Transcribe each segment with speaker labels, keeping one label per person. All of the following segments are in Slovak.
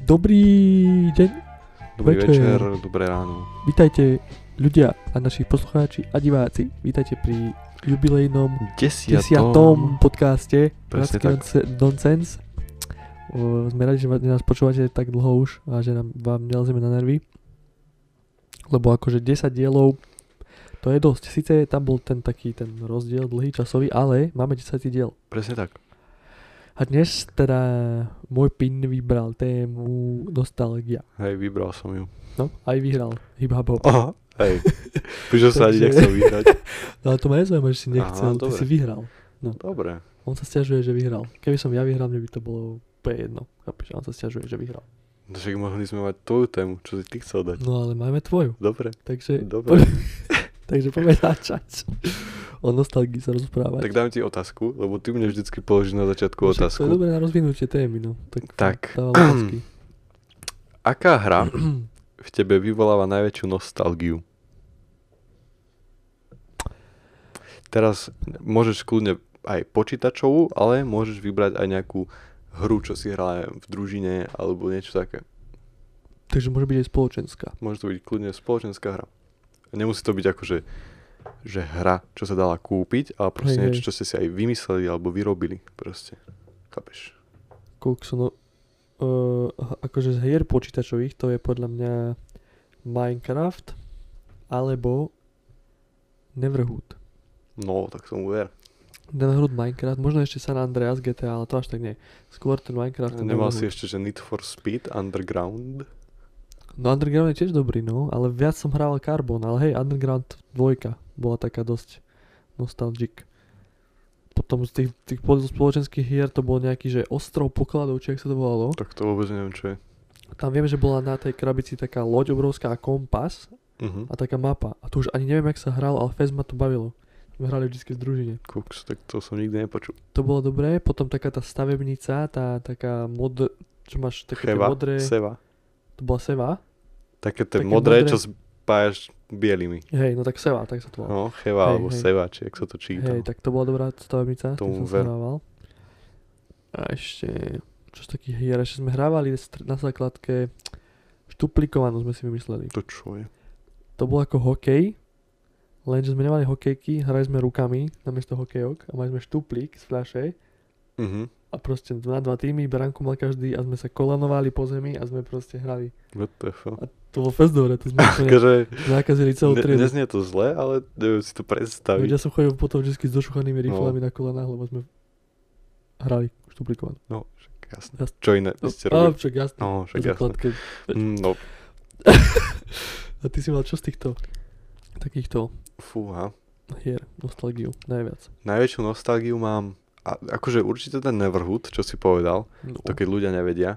Speaker 1: Dobrý deň,
Speaker 2: Dobrý
Speaker 1: večer.
Speaker 2: večer, dobré ráno.
Speaker 1: vítajte ľudia a naši poslucháči a diváci. Vítajte pri jubilejnom desiatom
Speaker 2: Desiatom.
Speaker 1: podcaste
Speaker 2: Presne
Speaker 1: Bratský nonce- Nonsense. O, Sme radi, že vás- nás počúvate tak dlho už a že nám, vám nelezeme na nervy. Lebo akože 10 dielov to je dosť. Sice tam bol ten taký ten rozdiel dlhý časový, ale máme 10 diel.
Speaker 2: Presne tak.
Speaker 1: A dnes teda môj pin vybral tému nostalgia.
Speaker 2: Hej, vybral som ju.
Speaker 1: No, aj vyhral hip hop.
Speaker 2: Aha. Hej. Prečo sa
Speaker 1: Takže-
Speaker 2: ani nechcel vyhrať?
Speaker 1: Ale to ma nezaujíma, že si nechcel,
Speaker 2: Aha,
Speaker 1: ty
Speaker 2: dobre.
Speaker 1: si vyhral.
Speaker 2: Dobre.
Speaker 1: On sa stiažuje, že vyhral. Keby som ja vyhral, mne by to bolo úplne jedno. Chápeš, on sa stiažuje, že vyhral.
Speaker 2: No Však mohli sme mať tvoju tému, čo si ty chcel dať.
Speaker 1: No ale máme tvoju,
Speaker 2: Dobre.
Speaker 1: takže,
Speaker 2: Dobre.
Speaker 1: takže poďme začať. O nostalgii sa rozprávať.
Speaker 2: Tak dám ti otázku, lebo ty mne vždycky položíš na začiatku
Speaker 1: Však To je
Speaker 2: otázku.
Speaker 1: dobré na rozvinutie témy, no. Tak,
Speaker 2: Tak.
Speaker 1: dávam otázky.
Speaker 2: Aká hra v tebe vyvoláva najväčšiu nostalgiu? Teraz môžeš kľudne aj počítačovú, ale môžeš vybrať aj nejakú hru, čo si hral v družine alebo niečo také.
Speaker 1: Takže môže byť aj spoločenská.
Speaker 2: Môže to byť kľudne spoločenská hra. Nemusí to byť akože že hra, čo sa dala kúpiť, ale
Speaker 1: Hej,
Speaker 2: proste niečo,
Speaker 1: hej.
Speaker 2: čo ste si aj vymysleli alebo vyrobili. Proste. Chápeš?
Speaker 1: Koľko som... no- Uh, akože z hier počítačových to je podľa mňa Minecraft alebo Neverhood.
Speaker 2: No, tak som uver.
Speaker 1: Neverhood Minecraft, možno ešte San Andreas GTA, ale to až tak nie. Skôr ten Minecraft. ten
Speaker 2: Nemal si
Speaker 1: Neverhood.
Speaker 2: ešte, že Need for Speed Underground?
Speaker 1: No Underground je tiež dobrý, no, ale viac som hrával Carbon, ale hej, Underground 2 bola taká dosť nostalgic. Potom z tých, tých po- spoločenských hier to bol nejaký, že ostrov pokladov, či ak sa to volalo.
Speaker 2: Tak to vôbec neviem, čo je.
Speaker 1: Tam viem, že bola na tej krabici taká loď obrovská a kompas
Speaker 2: Uh-huh.
Speaker 1: a taká mapa. A to už ani neviem, jak sa hral, ale fest ma to bavilo. My Hrali vždycky v družine.
Speaker 2: Koks, tak to som nikdy nepočul.
Speaker 1: To bolo dobré, potom taká tá stavebnica, tá taká modr... Čo máš také tie
Speaker 2: Cheva,
Speaker 1: modré...
Speaker 2: seva.
Speaker 1: To bola seva?
Speaker 2: Také tie
Speaker 1: Také
Speaker 2: modré,
Speaker 1: modré.
Speaker 2: čo spájaš bielými.
Speaker 1: Hej, no tak seva, tak sa to volá.
Speaker 2: No, cheva
Speaker 1: Hej,
Speaker 2: alebo
Speaker 1: hej.
Speaker 2: seva, či jak sa to číta.
Speaker 1: Hej, tak to bola dobrá stavebnica, to
Speaker 2: Tomu
Speaker 1: som sa
Speaker 2: ver.
Speaker 1: hrával. A ešte, čo z takých hier, ešte sme hrávali str- na základke štuplikovanú sme si vymysleli.
Speaker 2: To čo je?
Speaker 1: To bolo ako hokej, lenže sme nemali hokejky, hrali sme rukami namiesto hokejok a mali sme štuplík z fľaše
Speaker 2: Mhm.
Speaker 1: a proste na dva týmy, bránku mal každý a sme sa kolanovali po zemi a sme proste hrali.
Speaker 2: WTF.
Speaker 1: To bolo fest dobre, to sme úplne
Speaker 2: Takže
Speaker 1: zakazili celú
Speaker 2: Akože, ne,
Speaker 1: triedu.
Speaker 2: neznie to zle, ale neviem si to predstaviť.
Speaker 1: Ľudia som chodil potom vždy s
Speaker 2: No.
Speaker 1: došuchanými riflami na kolenách, lebo sme hrali štuplikovanú.
Speaker 2: No, však jasné.
Speaker 1: Jas-
Speaker 2: Čo iné by ste
Speaker 1: a
Speaker 2: robili?
Speaker 1: však jasné.
Speaker 2: No, však
Speaker 1: na
Speaker 2: jasné.
Speaker 1: základke.
Speaker 2: Mm, No,
Speaker 1: A ty si mal čo z týchto takýchto
Speaker 2: fúha.
Speaker 1: hier, nostalgiu, najviac?
Speaker 2: Najväčšiu nostalgiu mám, a, akože určite ten Neverhood, čo si povedal,
Speaker 1: No,
Speaker 2: to keď ľudia nevedia.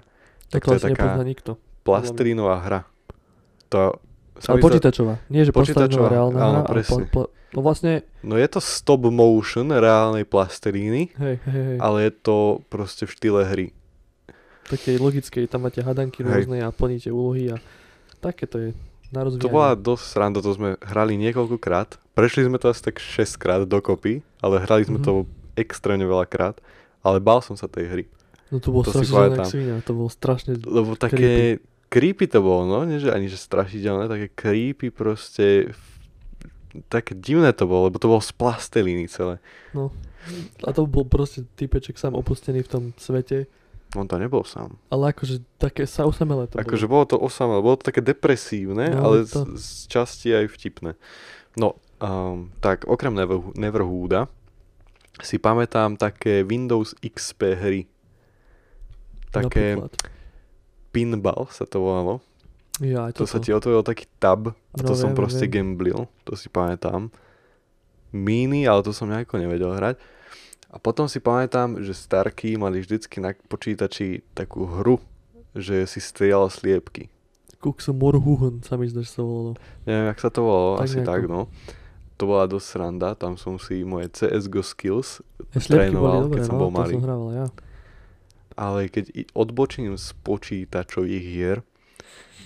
Speaker 1: tak
Speaker 2: to je
Speaker 1: vlastne
Speaker 2: taká-
Speaker 1: nepozná nikto.
Speaker 2: Plastrínová hra. To... sa
Speaker 1: Ale
Speaker 2: mi zdá-
Speaker 1: počítačová. Nie, že
Speaker 2: počítačová,
Speaker 1: počítačová reálna
Speaker 2: áno,
Speaker 1: hra, ale
Speaker 2: presne.
Speaker 1: pla, pla, no vlastne,
Speaker 2: No je to stop motion reálnej plasteríny,
Speaker 1: hej, hej, hej,
Speaker 2: ale je to proste v štýle hry.
Speaker 1: takej logickej, tam máte hadanky
Speaker 2: Hej.
Speaker 1: rôzne a plníte úlohy a také to je na rozvíjanie.
Speaker 2: To bola dosť sranda, to sme hrali niekoľkokrát. Prešli sme to asi tak 6 krát dokopy, ale hrali sme
Speaker 1: Mhm.
Speaker 2: to extrémne veľa krát. Ale bál som sa tej hry.
Speaker 1: no to bolo
Speaker 2: to si
Speaker 1: strašne zelené jak
Speaker 2: pamätám.
Speaker 1: svinia, to bolo strašne,
Speaker 2: Lebo také creepy, to bolo, no? Nie, že ani že strašidelné, také creepy proste... f- Také divné to bolo, lebo to bolo z plastelíny celé.
Speaker 1: no. a to bol proste typeček sám opustený v tom svete,
Speaker 2: On to nebol sám.
Speaker 1: ale akože také sa osamelé to
Speaker 2: Akože bolo to osamelé, bolo to také depresívne,
Speaker 1: No,
Speaker 2: ale
Speaker 1: to-
Speaker 2: z, z časti aj vtipné. No, um, tak okrem Never, Neverhooda si pamätám také Windows XP hry.
Speaker 1: bolo.
Speaker 2: Také
Speaker 1: napríklad.
Speaker 2: pinball sa to volalo.
Speaker 1: Ja, aj
Speaker 2: To sa
Speaker 1: toto.
Speaker 2: ti otvoril taký tab a
Speaker 1: No,
Speaker 2: to som
Speaker 1: viem,
Speaker 2: proste
Speaker 1: viem.
Speaker 2: gamblil, to si pamätám. Mini, ale to som nejako nevedel hrať. A potom si pamätám, že Starky mali vždycky na počítači takú hru, že si strieľal sliepky.
Speaker 1: Kuksumor Huhn sa mi zdá, že sa volalo.
Speaker 2: Neviem, jak sa to volalo,
Speaker 1: Tak
Speaker 2: asi
Speaker 1: nejako.
Speaker 2: tak, no. To bola dosť sranda, tam som si moje CSGO skills,
Speaker 1: Aj slepky boli
Speaker 2: Trénoval,
Speaker 1: dobré,
Speaker 2: keď som
Speaker 1: no,
Speaker 2: bol malý.
Speaker 1: to som hrával ja.
Speaker 2: ale keď i- odbočím z počítačových hier,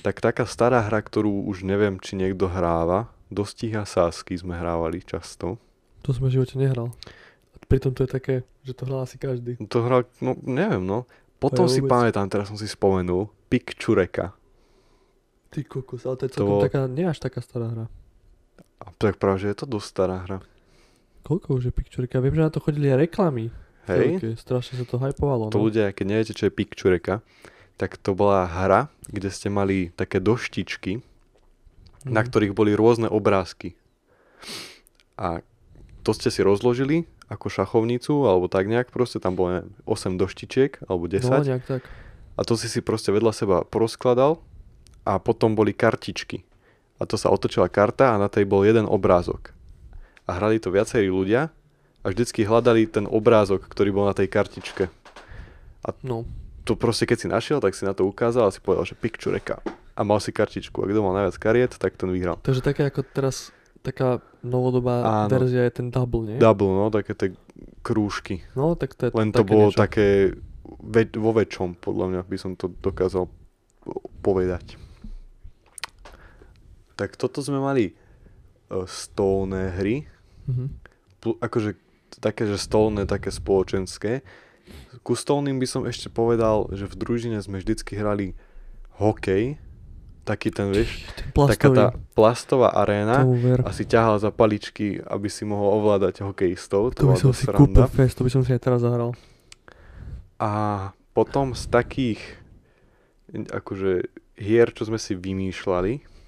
Speaker 2: tak taká stará hra, ktorú už neviem, či niekto hráva, Dostiha sásky sme hrávali často.
Speaker 1: To som v živote nehral. A pritom to je také, že to hral asi každý.
Speaker 2: To hral, no neviem, no. Potom
Speaker 1: ja
Speaker 2: si
Speaker 1: vôbec.
Speaker 2: pamätám, teraz som si spomenul, Pikčureka.
Speaker 1: Ty kokos, ale to je
Speaker 2: To
Speaker 1: celkom
Speaker 2: bol-
Speaker 1: taká, nie až taká stará hra.
Speaker 2: A tak práve, že je to dosť stará hra.
Speaker 1: Koľko už je Pikčureka? Viem, že na to chodili aj reklamy. v tej
Speaker 2: Hej?
Speaker 1: ruke. Strašne sa to hypovalo.
Speaker 2: To
Speaker 1: no.
Speaker 2: ľudia, keď neviete, čo je Pikčureka, tak to bola hra, kde ste mali také doštičky,
Speaker 1: Mhm.
Speaker 2: na ktorých boli rôzne obrázky. A to ste si rozložili ako šachovnicu, alebo tak nejak, proste tam bolo neviem, 8 doštičiek, alebo
Speaker 1: No,
Speaker 2: 10.
Speaker 1: nejak tak.
Speaker 2: A to si si proste vedľa seba porozkladal a potom boli kartičky. A to sa otočila karta a na tej bol jeden obrázok. A hrali to viacerí ľudia a vždycky hľadali ten obrázok, ktorý bol na tej kartičke.
Speaker 1: No,
Speaker 2: To proste keď si našiel, tak si na to ukázal a si povedal, že pictureka. A mal si kartičku. A kto mal najviac kariet, tak ten vyhral.
Speaker 1: takže také ako teraz taká novodobá
Speaker 2: Áno.
Speaker 1: verzia je ten double, nie?
Speaker 2: Double, no, také tie krúžky.
Speaker 1: No, tak to je
Speaker 2: Len to
Speaker 1: také
Speaker 2: bolo
Speaker 1: niečo.
Speaker 2: také ve- vo väčšom, podľa mňa by som to dokázal povedať. Tak toto sme mali e, stolné hry,
Speaker 1: Mhm.
Speaker 2: pl- akože t- také, že stolné, také spoločenské. Ku stolným by som ešte povedal, že v družine sme vždycky hrali hokej, taký ten, vieš,
Speaker 1: Ten
Speaker 2: taká
Speaker 1: plastový,
Speaker 2: tá plastová aréna
Speaker 1: tomu ver.
Speaker 2: a si ťahal za paličky, aby si mohol ovládať hokejistov.
Speaker 1: To by
Speaker 2: bola
Speaker 1: som
Speaker 2: dosť
Speaker 1: si
Speaker 2: sranda.
Speaker 1: kúpil fest, to by som si aj teraz zahral.
Speaker 2: A potom z takých akože hier, čo sme si vymýšľali,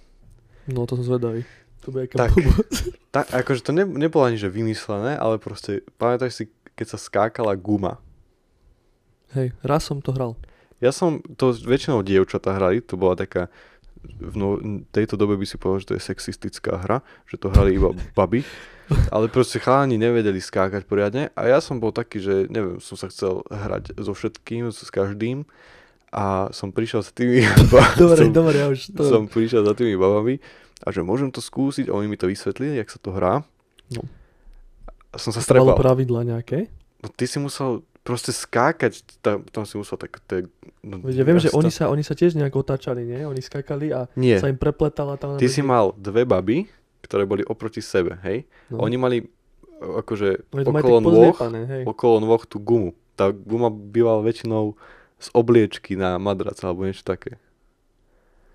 Speaker 1: No, to som zvedavý. To bude aká
Speaker 2: Tak.
Speaker 1: blbosť.
Speaker 2: ta, akože to ne, nebolo ani že vymyslené, ale proste pamätáš si, keď sa skákala guma.
Speaker 1: Hej, raz som to hral.
Speaker 2: Ja som, to väčšinou dievčatá hrali, to bola taká, v no, v tejto dobe by si povedal, že to je sexistická hra, že to hrali iba baby, ale proste chalani nevedeli skákať poriadne a ja som bol taký, že neviem, som sa chcel hrať so všetkým, s každým a som prišiel s tými
Speaker 1: Dobre,
Speaker 2: som-
Speaker 1: dobre, ja už to...
Speaker 2: som prišiel za tými babami a že môžem to skúsiť a oni mi to vysvetlili, jak sa to hrá.
Speaker 1: No.
Speaker 2: A som sa
Speaker 1: Malo
Speaker 2: strepal.
Speaker 1: pravidla nejaké.
Speaker 2: No, ty si musel proste skákať, tam, tam si musel tak... tak no,
Speaker 1: Veď Ja viem, že
Speaker 2: jasná-
Speaker 1: oni sa, oni sa tiež nejak otáčali, nie? Oni skákali a
Speaker 2: Nie,
Speaker 1: sa im prepletala tam...
Speaker 2: ty si mal dve baby, ktoré boli oproti sebe, hej? No. Oni mali e, akože
Speaker 1: Oni to majú
Speaker 2: okolo
Speaker 1: tak
Speaker 2: nôh,
Speaker 1: pozliepané, hej.
Speaker 2: okolo nôh tú gumu. Tá guma bývala väčšinou z obliečky na madrac alebo niečo také.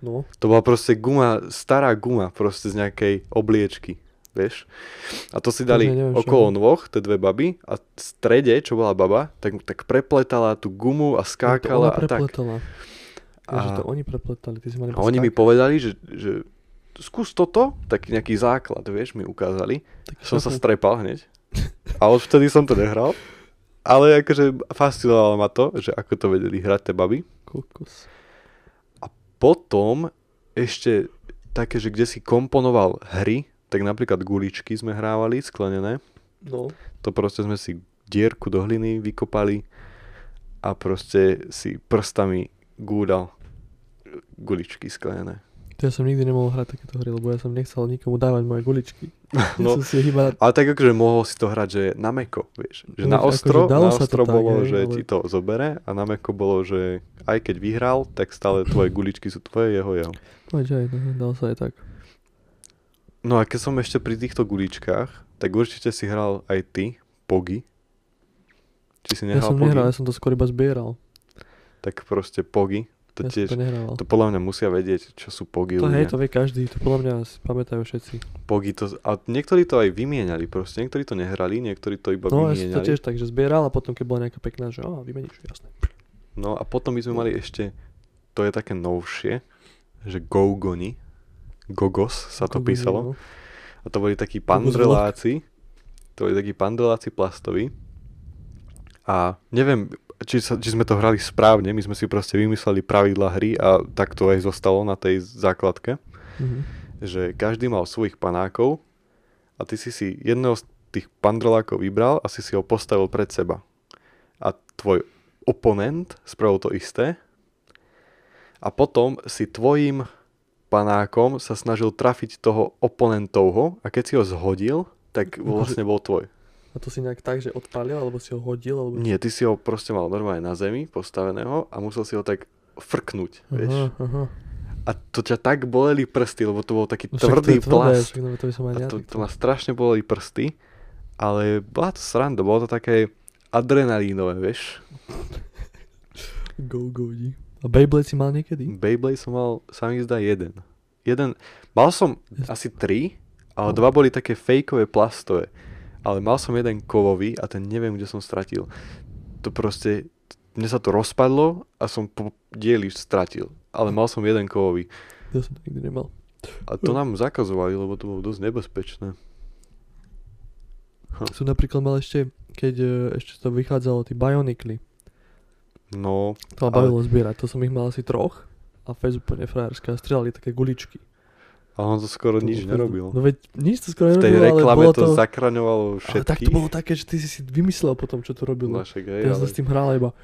Speaker 1: No,
Speaker 2: To bola proste guma, stará guma proste z nejakej obliečky, vieš. A to si
Speaker 1: To
Speaker 2: dali
Speaker 1: ja neviem, čo
Speaker 2: okolo nôh, tie dve baby a v strede, čo bola baba, tak, tak prepletala tú gumu a skákala
Speaker 1: No to ona
Speaker 2: a tak.
Speaker 1: prepletala. A... Že to oni prepletali, ty si mali
Speaker 2: A oni mi povedali, že, že skús toto, taký nejaký základ, vieš, mi ukázali. Som sa strepal hneď. A odvtedy som to nehral. Ale akože fascinovalo ma to, že ako to vedeli hrať tie baby.
Speaker 1: Kokos.
Speaker 2: Potom ešte také, že kde si komponoval hry, tak napríklad guličky sme hrávali, sklenené.
Speaker 1: No,
Speaker 2: To proste sme si dierku do hliny vykopali a proste si prstami gúdal guličky sklenené.
Speaker 1: to ja som nikdy nemohol hrať takéto hry, lebo ja som nechcel nikomu dávať moje guličky. No. Ja
Speaker 2: No.
Speaker 1: som si iba...
Speaker 2: Ale tak akože mohol si to hrať, že na meko, vieš. Že
Speaker 1: No,
Speaker 2: na
Speaker 1: akože
Speaker 2: ostro,
Speaker 1: dalo
Speaker 2: na
Speaker 1: sa to
Speaker 2: ostro
Speaker 1: tak,
Speaker 2: bolo,
Speaker 1: hej,
Speaker 2: že
Speaker 1: ale-
Speaker 2: ti to zobere a na meko bolo, že aj keď vyhral, tak stále tvoje guličky sú tvoje, jeho, jeho.
Speaker 1: No, že aj, no, dalo sa aj tak.
Speaker 2: No a keď som ešte pri týchto guličkách, tak určite si hral aj ty, Pogi. Či si
Speaker 1: Ja
Speaker 2: nehral
Speaker 1: som
Speaker 2: Pogi?
Speaker 1: nehral, ja som to skôr iba zbieral.
Speaker 2: Tak proste Pogi. To
Speaker 1: ja
Speaker 2: tiež,
Speaker 1: som to nehrával.
Speaker 2: to podľa mňa musia vedieť, čo sú Pogi
Speaker 1: To
Speaker 2: ľudia.
Speaker 1: hej, to vie každý, to podľa mňa si pamätajú všetci.
Speaker 2: Pogi to, a niektorí to aj vymieniali proste, niektorí to nehrali, niektorí to iba
Speaker 1: No ja som to
Speaker 2: vymieniali.
Speaker 1: tiež tak, že zbieral a potom keď bola nejaká pekná, že á, vymeníš, jasné.
Speaker 2: No a potom by sme mali ešte, to je také novšie, že Gogoni. Gogos sa to
Speaker 1: Ako by
Speaker 2: písalo.
Speaker 1: bylo.
Speaker 2: A to boli takí
Speaker 1: Kokos
Speaker 2: pandreláci. To boli takí pandreláci plastoví. A neviem, či, sa, či sme to hrali správne, my sme si proste vymysleli pravidla hry a tak to aj zostalo na tej základke,
Speaker 1: Mhm.
Speaker 2: že každý mal svojich panákov a ty si si jedného z tých pandrelákov vybral a si si ho postavil pred seba. A tvoj oponent spravil to isté a potom si tvojim panákom sa snažil trafiť toho oponentovho a keď si ho zhodil, tak
Speaker 1: No,
Speaker 2: vlastne bol tvoj.
Speaker 1: A to si nejak tak, že odpálil, alebo si ho hodil, alebo...
Speaker 2: Nie, ty si ho proste mal normálne na zemi postaveného a musel si ho tak frknúť,
Speaker 1: Aha,
Speaker 2: vieš.
Speaker 1: aha.
Speaker 2: A to ťa tak boleli prsty, lebo to bol taký
Speaker 1: No však to je
Speaker 2: tvrdý
Speaker 1: tvrdé,
Speaker 2: plast.
Speaker 1: však, no, to by som aj
Speaker 2: A
Speaker 1: ja
Speaker 2: to,
Speaker 1: tak-
Speaker 2: to ma strašne boleli prsty, ale bola to sranda, bolo to také adrenalínové, vieš.
Speaker 1: Go, go, di. A A Beyblade si mal niekedy?
Speaker 2: Beyblade som mal, sa mi zdá, jeden. Jeden, mal som asi tri, ale dva boli také fejkové plastové. Ale mal som jeden kovový a ten neviem, kde som stratil. To proste, mne sa to rozpadlo a som po dieli stratil. Ale mal som jeden kovový.
Speaker 1: Ja som to nikdy nemal.
Speaker 2: A
Speaker 1: Hm.
Speaker 2: to nám zakazovali, lebo to bolo dosť nebezpečné. No.
Speaker 1: Som napríklad mal ešte, keď e, ešte to vychádzalo, tí Bionicly.
Speaker 2: No,
Speaker 1: To ma
Speaker 2: Ale-
Speaker 1: bavilo zbierať, to som ich mal asi troch. A fez úplne frajerské a strieľali také guličky.
Speaker 2: a on to skoro
Speaker 1: To-
Speaker 2: nič
Speaker 1: to-
Speaker 2: nerobil.
Speaker 1: No veď nič to skoro
Speaker 2: V tej
Speaker 1: nerobilo, ale
Speaker 2: reklame
Speaker 1: bolo to...
Speaker 2: to zakraňovalo
Speaker 1: Ale tak to
Speaker 2: všetkých.
Speaker 1: bolo také, že ty si si vymyslel potom, čo to robilo.
Speaker 2: Našek, hej,
Speaker 1: Ja
Speaker 2: ale...
Speaker 1: som s tým hral iba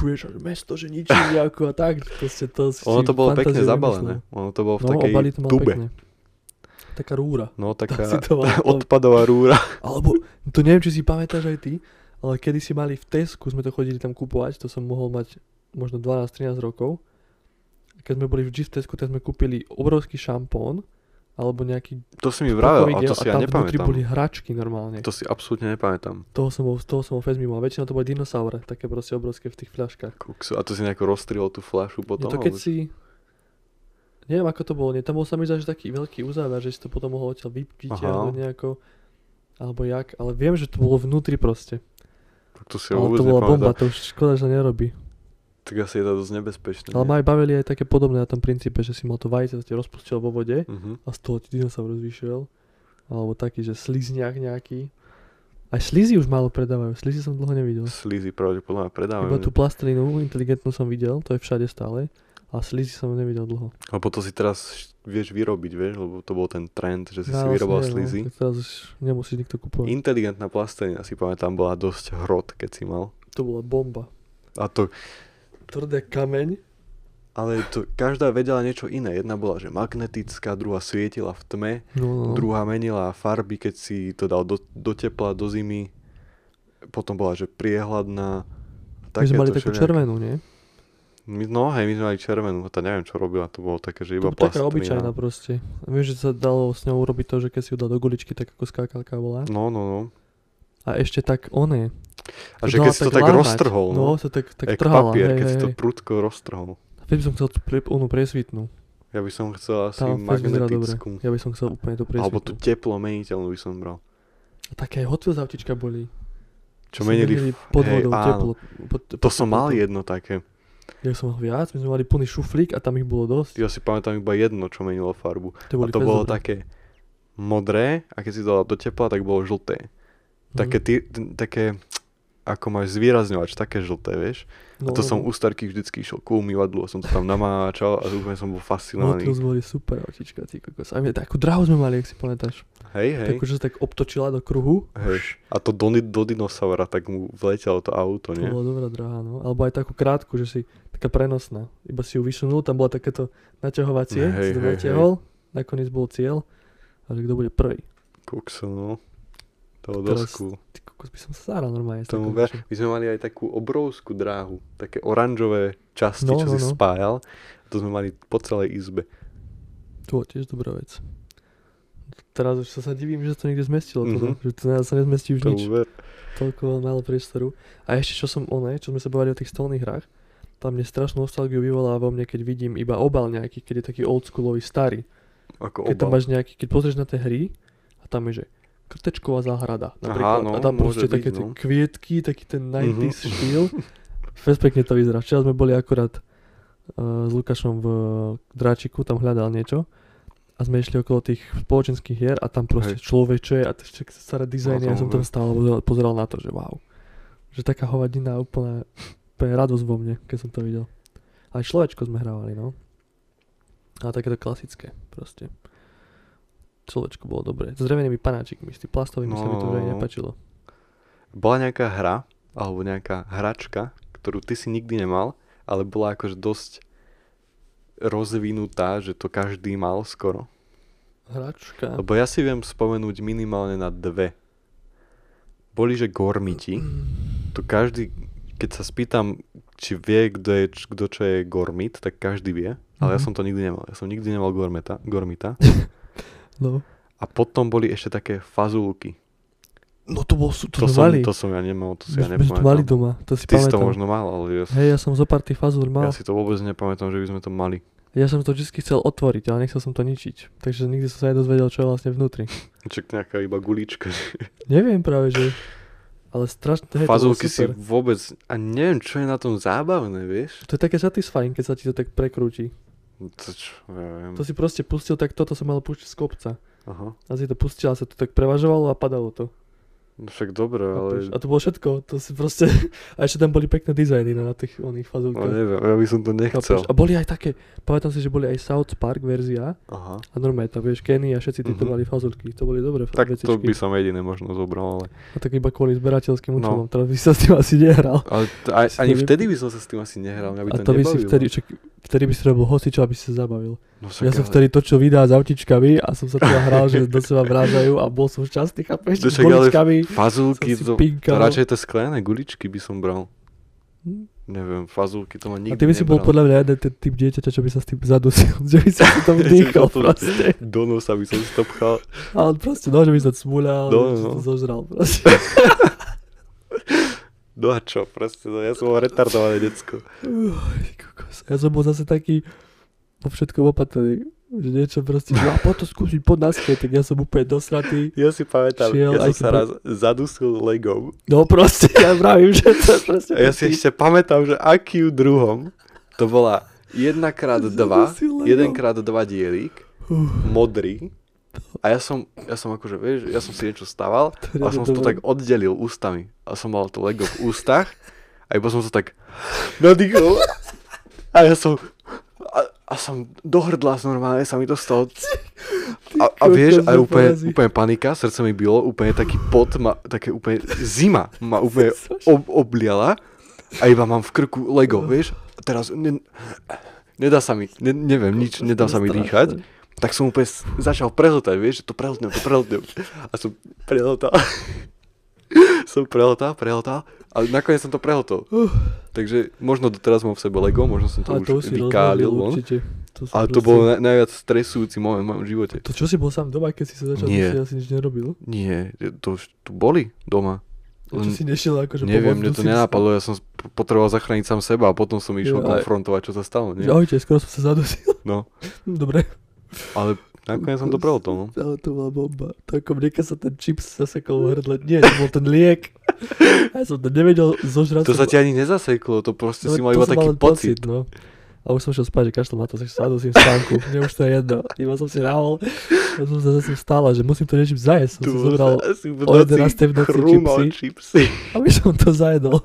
Speaker 1: vieš, až mesto, že ničím nejako a tak. Proste to si
Speaker 2: Ono to bolo pekne
Speaker 1: fantáziou
Speaker 2: zabalené.
Speaker 1: vymyslel.
Speaker 2: Ono to bolo v
Speaker 1: No,
Speaker 2: takej
Speaker 1: obali to mal
Speaker 2: tube.
Speaker 1: pekne. Taká rúra.
Speaker 2: No,
Speaker 1: Taká...
Speaker 2: taká
Speaker 1: Si to mal, to...
Speaker 2: odpadová rúra.
Speaker 1: Alebo, to neviem, či si pamätáš aj ty, ale kedy si mali v Tesku, sme to chodili tam kupovať, to som mohol mať možno 12-13 rokov. A Keď sme boli v v Tesku, tak sme kúpili obrovský šampón, alebo nejaký
Speaker 2: To si mi vravel,
Speaker 1: pokový
Speaker 2: ale to
Speaker 1: gel a
Speaker 2: si ja
Speaker 1: tam vnútri
Speaker 2: nepamätám.
Speaker 1: boli hračky normálne.
Speaker 2: To si absolútne nepamätám.
Speaker 1: Toho som bol, toho som bol fest mimo. A väčšinou to boli dinosaure, také proste obrovské v tých fľaškách.
Speaker 2: Kokso. A to si nejako roztrihol tú fľašu potom?
Speaker 1: Je to keď
Speaker 2: alebo-
Speaker 1: si... Neviem, ako to bolo. Nie, tam bol sa mi zdá, že taký veľký uzáver, že si to potom mohol odtiaľ vytiahnuť
Speaker 2: Aha.
Speaker 1: nejako. Alebo jak. Ale viem, že to bolo vnútri proste.
Speaker 2: Tak to si
Speaker 1: ale
Speaker 2: vôbec
Speaker 1: to bola bomba, to
Speaker 2: nepamätám.
Speaker 1: už škoda, že nerobí.
Speaker 2: Tak asi je to dosť nebezpečné.
Speaker 1: Ale
Speaker 2: nie?
Speaker 1: ma aj bavili aj také podobné na tom princípe, že si mal to vajce, to ti rozpustil vo vode
Speaker 2: Mhm.
Speaker 1: a z toho ti dinosaurus vyšiel. Alebo taký, že slizniak nejaký. Aj slizy už málo predávajú, slizy som dlho nevidel.
Speaker 2: Slízy pravdepodobne predávajú.
Speaker 1: Mhm. Iba tú
Speaker 2: ne?
Speaker 1: plastelínu inteligentnú som videl, to je všade stále. A slizy som nevidel dlho.
Speaker 2: Lebo to si teraz š- vieš vyrobiť, vieš, lebo to bol ten trend, že si si
Speaker 1: Naraz
Speaker 2: vyrobil
Speaker 1: nie, no,
Speaker 2: slízy.
Speaker 1: tak Teraz už nemusí nikto kupovať. In...
Speaker 2: Inteligentná plastelina, si pamätám, bola dosť hrot, keď si mal.
Speaker 1: To bola bomba.
Speaker 2: A to,
Speaker 1: Tvrdé kameň.
Speaker 2: ale to, každá vedela niečo iné. Jedna bola, že magnetická, druhá svietila v tme,
Speaker 1: No, no, no.
Speaker 2: druhá menila farby, keď si to dal do, do tepla, do zimy. Potom bola, že priehľadná.
Speaker 1: My sme mali takú
Speaker 2: takéto všelijak-
Speaker 1: červenú, nie?
Speaker 2: My, no hej, my sme mali červenú, a to neviem, čo robila, to bolo také, že
Speaker 1: Iba
Speaker 2: iba no.
Speaker 1: to bola taká
Speaker 2: plastlina.
Speaker 1: obyčajná proste. A viem, že sa dalo s ňou urobiť to, že keď si ju dal do guličky, tak ako skákalka bola.
Speaker 2: No, no, no.
Speaker 1: A ešte tak oné.
Speaker 2: A že keď si to tak
Speaker 1: lámať.
Speaker 2: roztrhol,
Speaker 1: No,
Speaker 2: no,
Speaker 1: sa tak, tak
Speaker 2: jak
Speaker 1: trhala.
Speaker 2: papier,
Speaker 1: hej,
Speaker 2: keď
Speaker 1: hej,
Speaker 2: si to
Speaker 1: hej.
Speaker 2: prudko roztrhol.
Speaker 1: Vtedy by som chcel tú pre, onú presvitnú.
Speaker 2: Ja by som chcel asi
Speaker 1: Tá fakt vyzerá dobre.
Speaker 2: magnetickú.
Speaker 1: Ja by som chcel úplne tú
Speaker 2: Alebo tú
Speaker 1: presvitnú.
Speaker 2: teplo meniteľnú by som bral.
Speaker 1: A také aj Hot Wheels autička boli.
Speaker 2: Čo
Speaker 1: Sme
Speaker 2: menili,
Speaker 1: pod
Speaker 2: hej,
Speaker 1: vodou,
Speaker 2: áno.
Speaker 1: teplo. Pod,
Speaker 2: to som mal jedno také.
Speaker 1: Ja som mal viac, my sme mali plný šuflík a tam ich bolo dosť.
Speaker 2: Ja si pamätám iba jedno, čo menilo farbu.
Speaker 1: To
Speaker 2: A
Speaker 1: boli
Speaker 2: to
Speaker 1: fest
Speaker 2: bolo
Speaker 1: dobré.
Speaker 2: také modré a keď si to dal do tepla, tak bolo
Speaker 1: Mhm.
Speaker 2: žlté. Také, ty, t- také ako máš zvýrazňovač, také žlté, vieš.
Speaker 1: No,
Speaker 2: A to som u starkých vždycky išiel ku umývadlu a som to tam namáčal a úplne som bol
Speaker 1: Hot Wheels
Speaker 2: fascinovaný.
Speaker 1: boli super autička, ty kokos. A my takú dráhu sme mali, ak si pamätáš.
Speaker 2: Hej, hej.
Speaker 1: Takú, že sa tak obtočila do kruhu.
Speaker 2: Hej. A to do, ni- do dinosaura, tak mu vletelo to
Speaker 1: To
Speaker 2: auto, nie?
Speaker 1: bola dobrá dráha, no. Alebo aj takú krátku, že si taká prenosná. Iba si ju vysunul, tam bola takéto naťahovacie,
Speaker 2: Hej,
Speaker 1: si to
Speaker 2: hej, hej.
Speaker 1: natiahol, nakoniec bol cieľ. A že kto bude prvý?
Speaker 2: Kokso, no. To bolo
Speaker 1: Teraz-
Speaker 2: dosť cool.
Speaker 1: Ty kokos by som sa záral normálne. s
Speaker 2: Tomu
Speaker 1: takou
Speaker 2: ver-
Speaker 1: niečím.
Speaker 2: My sme mali aj takú obrovskú dráhu, také oranžové časti,
Speaker 1: No,
Speaker 2: čo
Speaker 1: no,
Speaker 2: si
Speaker 1: no.
Speaker 2: spájal. To sme mali po celej izbe.
Speaker 1: To bolo tiež dobrá vec. Teraz už sa, sa divím, že sa to niekde zmestilo. Mm-hmm.
Speaker 2: Mhm.
Speaker 1: Toto, že to na- sa nezmestí už nič.
Speaker 2: Tomu ver.
Speaker 1: Toľko málo priestoru. A ešte čo som oné, čo sme sa bavili o tých stolných hrách, tam mne strašnú nostalgiu vyvolá vo mne, keď vidím iba obal nejaký, keď je taký oldschoolový starý.
Speaker 2: Ako
Speaker 1: Keď tam
Speaker 2: obal.
Speaker 1: máš nejaký, keď pozrieš na tie hry a tam je, že krtečková záhrada napríklad.
Speaker 2: no,
Speaker 1: a tam
Speaker 2: môže
Speaker 1: proste
Speaker 2: byť,
Speaker 1: také tie
Speaker 2: no. Mhm.
Speaker 1: kvietky, taký ten 90s štýl. Fest pekne to vyzerá. Včera sme boli akurát uh, s Lukášom v Dráčiku, tam hľadal niečo a sme išli okolo tých spoločenských hier a tam proste
Speaker 2: Hej.
Speaker 1: človeče a tie všetky staré dizajny,
Speaker 2: No,
Speaker 1: ja som tam
Speaker 2: to-
Speaker 1: stál a pozeral, pozeral na to, že wow. Že taká hovadina úplná, úplne radosť vo mne, keď som to videl. Aj človečko sme hrávali, no. A takéto klasické, proste. Človečko bolo dobré. S drevenými panáčikmi, s tým plastovými sa mi to už aj
Speaker 2: No.
Speaker 1: nepačilo.
Speaker 2: Bola nejaká hra, alebo nejaká hračka, ktorú ty si nikdy nemal, ale bola akože dosť rozvinutá, že to každý mal skoro.
Speaker 1: Hračka.
Speaker 2: Lebo ja si viem spomenúť minimálne na dve. Boli, že gormiti. To každý, keď sa spýtam, či vie, kto, je, č- kto čo je gormit, tak každý vie. Ale ja
Speaker 1: Mhm.
Speaker 2: som to nikdy nemal. Ja som nikdy nemal gormeta, gormita.
Speaker 1: No.
Speaker 2: A potom boli ešte také fazulky.
Speaker 1: No to bol, sú, to, to
Speaker 2: To,
Speaker 1: sme
Speaker 2: som,
Speaker 1: mali.
Speaker 2: to som ja nemal, to si
Speaker 1: My
Speaker 2: ja
Speaker 1: sme to mali
Speaker 2: nepamätám.
Speaker 1: doma, to si
Speaker 2: Ty si to
Speaker 1: pamätám.
Speaker 2: možno mal, ale ja,
Speaker 1: Hej, ja som zo pár tých fazúr mal.
Speaker 2: ja si to vôbec nepamätám, že by sme to mali.
Speaker 1: Ja som to vždy chcel otvoriť, ale nechcel som to ničiť. Takže nikdy som sa nedozvedel, čo je vlastne vnútri.
Speaker 2: Čak nejaká iba gulička.
Speaker 1: Neviem práve, že... Ale strašne... Hej, to bolo
Speaker 2: Fazulky si
Speaker 1: super.
Speaker 2: vôbec... A neviem, čo je na tom zábavné, vieš?
Speaker 1: To je také satisfying, keď sa ti to tak prekrúti.
Speaker 2: To čo, ja viem.
Speaker 1: To si proste pustil, tak toto som mal pustiť z kopca.
Speaker 2: Aha.
Speaker 1: A si to pustil a sa to tak prevažovalo a padalo to.
Speaker 2: No však dobre, ale...
Speaker 1: Chápeš? A to bolo všetko, to si proste... A ešte tam boli pekné dizajny na na tých oných
Speaker 2: No
Speaker 1: fazulkách.
Speaker 2: neviem, ja by som to nechcel.
Speaker 1: Chápeš? A boli aj také, pamätám si, že boli aj South Park verzia
Speaker 2: Aha.
Speaker 1: a normálne tam, vieš, Kenny a všetci títo
Speaker 2: Mhm.
Speaker 1: mali fazulky, to boli dobré
Speaker 2: Tak
Speaker 1: vecičky.
Speaker 2: to by som jediné možno zobral, ale...
Speaker 1: A tak iba kvôli zberateľským
Speaker 2: No.
Speaker 1: účelom, teraz by sa s tým asi nehral.
Speaker 2: ale to, aj,
Speaker 1: Si to
Speaker 2: ani
Speaker 1: nevy-
Speaker 2: vtedy by som sa s tým asi nehral, mňa by
Speaker 1: a
Speaker 2: to,
Speaker 1: to by si
Speaker 2: nebavilo.
Speaker 1: vtedy, čak, vtedy by si robil hocičo, aby si sa zabavil.
Speaker 2: No však
Speaker 1: Ja som
Speaker 2: ale-
Speaker 1: vtedy točil videá s autičkami a som sa teda hral, že do seba vrážajú a bol som šťastný, chápeš?
Speaker 2: No
Speaker 1: S
Speaker 2: však ale-
Speaker 1: boličkami.
Speaker 2: Fazulky,
Speaker 1: som si
Speaker 2: to, to
Speaker 1: pinkal.
Speaker 2: radšej to sklené guličky by som bral.
Speaker 1: Hm.
Speaker 2: Neviem, fazulky to
Speaker 1: A
Speaker 2: ma nikdy
Speaker 1: ty by si bol
Speaker 2: nebral.
Speaker 1: podľa mňa jeden ten typ dieťaťa, čo by sa s tým zadusil, že by sa si tam dýchal
Speaker 2: to-
Speaker 1: proste.
Speaker 2: Do nosa by som si to pchal.
Speaker 1: A on proste, no, že by sa cmuľal,
Speaker 2: No,
Speaker 1: no, že
Speaker 2: no.
Speaker 1: to zožral proste.
Speaker 2: No a čo, proste, no, ja som bol retardované decko.
Speaker 1: Uj, kokos. Ja som bol zase taký vo všetkom opatrný, že niečo proste, že a poď to skúsiť pod nás, tak ja som úplne dosratý.
Speaker 2: Ja si pamätám,
Speaker 1: Šiel,
Speaker 2: ja
Speaker 1: aj
Speaker 2: som
Speaker 1: si
Speaker 2: sa
Speaker 1: pre-
Speaker 2: raz zadusil legom.
Speaker 1: No proste, ja vravím, že to je proste...
Speaker 2: A ja si ešte pamätám, že akým druhom to bola 1x2,
Speaker 1: Zadusil legom.
Speaker 2: 1x2 dielik,
Speaker 1: Uf.
Speaker 2: modrý. A ja som, ja som akože, vieš, ja som si niečo staval
Speaker 1: je
Speaker 2: a som si to
Speaker 1: dobré.
Speaker 2: tak oddelil ústami. A som mal to lego v ústach a iba som sa tak nadýchol. A ja som, a, a som do hrdla normálne, sa mi to stalo. A, a vieš,
Speaker 1: kokos,
Speaker 2: a úplne,
Speaker 1: doparazí.
Speaker 2: úplne panika, srdce mi bylo, úplne taký pot, ma, také úplne zima ma úplne ob, obliala a iba mám v krku lego,
Speaker 1: No.
Speaker 2: vieš. A teraz ne, nedá sa mi, ne, neviem, nič, nedá sa mi
Speaker 1: strašné.
Speaker 2: dýchať. Tak som úplne s- začal prehltať, vieš, že to prehltnem, to prehltnem. A som prehltal. som prehltal, prehltal. A nakoniec som to prehltol. Takže možno doteraz mám v sebe Lego, možno som to
Speaker 1: Ale
Speaker 2: už
Speaker 1: si
Speaker 2: vykálil
Speaker 1: rozhodol
Speaker 2: von.
Speaker 1: určite. To si
Speaker 2: Ale to
Speaker 1: proste-
Speaker 2: bol na, najviac stresujúci moment v mojom živote.
Speaker 1: To čo si bol sám doma, keď si sa začal, Nie.
Speaker 2: Nie.
Speaker 1: si asi nič nerobil?
Speaker 2: Nie, to už tu boli doma.
Speaker 1: A
Speaker 2: Len
Speaker 1: Čo si nešiel akože
Speaker 2: neviem,
Speaker 1: po
Speaker 2: mne to nenápadlo, ja som s- p- potreboval zachrániť sám seba a potom som išiel
Speaker 1: Jo, ale-
Speaker 2: konfrontovať, čo sa stalo.
Speaker 1: Že
Speaker 2: Nie?
Speaker 1: ahojte, skoro som sa zadusil.
Speaker 2: No,
Speaker 1: Dobre.
Speaker 2: ale nakoniec som to prehltol. No.
Speaker 1: Ale to bola bomba. To ako mne, keď sa ten čips zasekol v hrdle. Nie, to bol ten liek. Ja som to nevedel zožrať.
Speaker 2: To
Speaker 1: som-
Speaker 2: sa ti ani nezaseklo, to
Speaker 1: No,
Speaker 2: proste si mal
Speaker 1: to
Speaker 2: iba
Speaker 1: som
Speaker 2: taký
Speaker 1: len
Speaker 2: pocit.
Speaker 1: no. A už som šiel spať, že kašlom na to, že sa zadusím v spánku. Mne už to je jedno. Iba som si ráhol. Ja som sa zase vstal, že musím to niečím zajesť. Som
Speaker 2: Tu
Speaker 1: si zobral
Speaker 2: asi v
Speaker 1: o 11:00 v noci
Speaker 2: chrúmal
Speaker 1: čipsy.
Speaker 2: čipsy.
Speaker 1: Aby som to zajedol.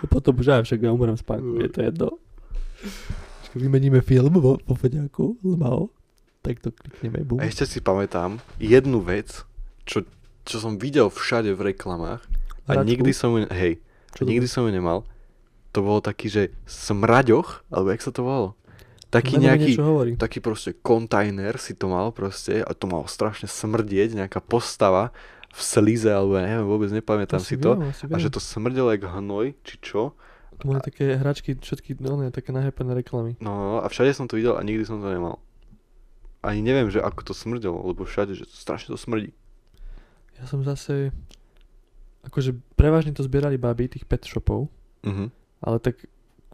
Speaker 1: A potom už aj však ja umrem v spánku, je to jedno. Počkaj, Vymeníme film vo, vo feďaku, lmao. Tak to klikneme, bum.
Speaker 2: A ešte si pamätám jednu vec, čo, čo som videl všade v reklamách a
Speaker 1: Hračku?
Speaker 2: nikdy som ju, ne- hej,
Speaker 1: Čo to
Speaker 2: nikdy som ju nemal. To bolo taký, že smraďoch, alebo jak sa to volalo?
Speaker 1: Meno
Speaker 2: Taký
Speaker 1: mi
Speaker 2: nejaký,
Speaker 1: niečo hovorí.
Speaker 2: taký proste kontajner si to mal proste a to malo strašne smrdieť, nejaká postava v slize, alebo ja neviem, vôbec nepamätám
Speaker 1: Asi
Speaker 2: si to.
Speaker 1: viem, asi
Speaker 2: A že
Speaker 1: viem.
Speaker 2: to smrdelo jak hnoj, či čo.
Speaker 1: To boli také hračky, všetky, no ne, také nahypené reklamy.
Speaker 2: No a všade som to videl a nikdy som to nemal. Ani neviem, že ako to smrdelo, lebo všade, že to strašne to smrdí.
Speaker 1: Ja som zase, akože prevažne to zbierali baby tých pet shopov,
Speaker 2: Mhm.
Speaker 1: ale tak,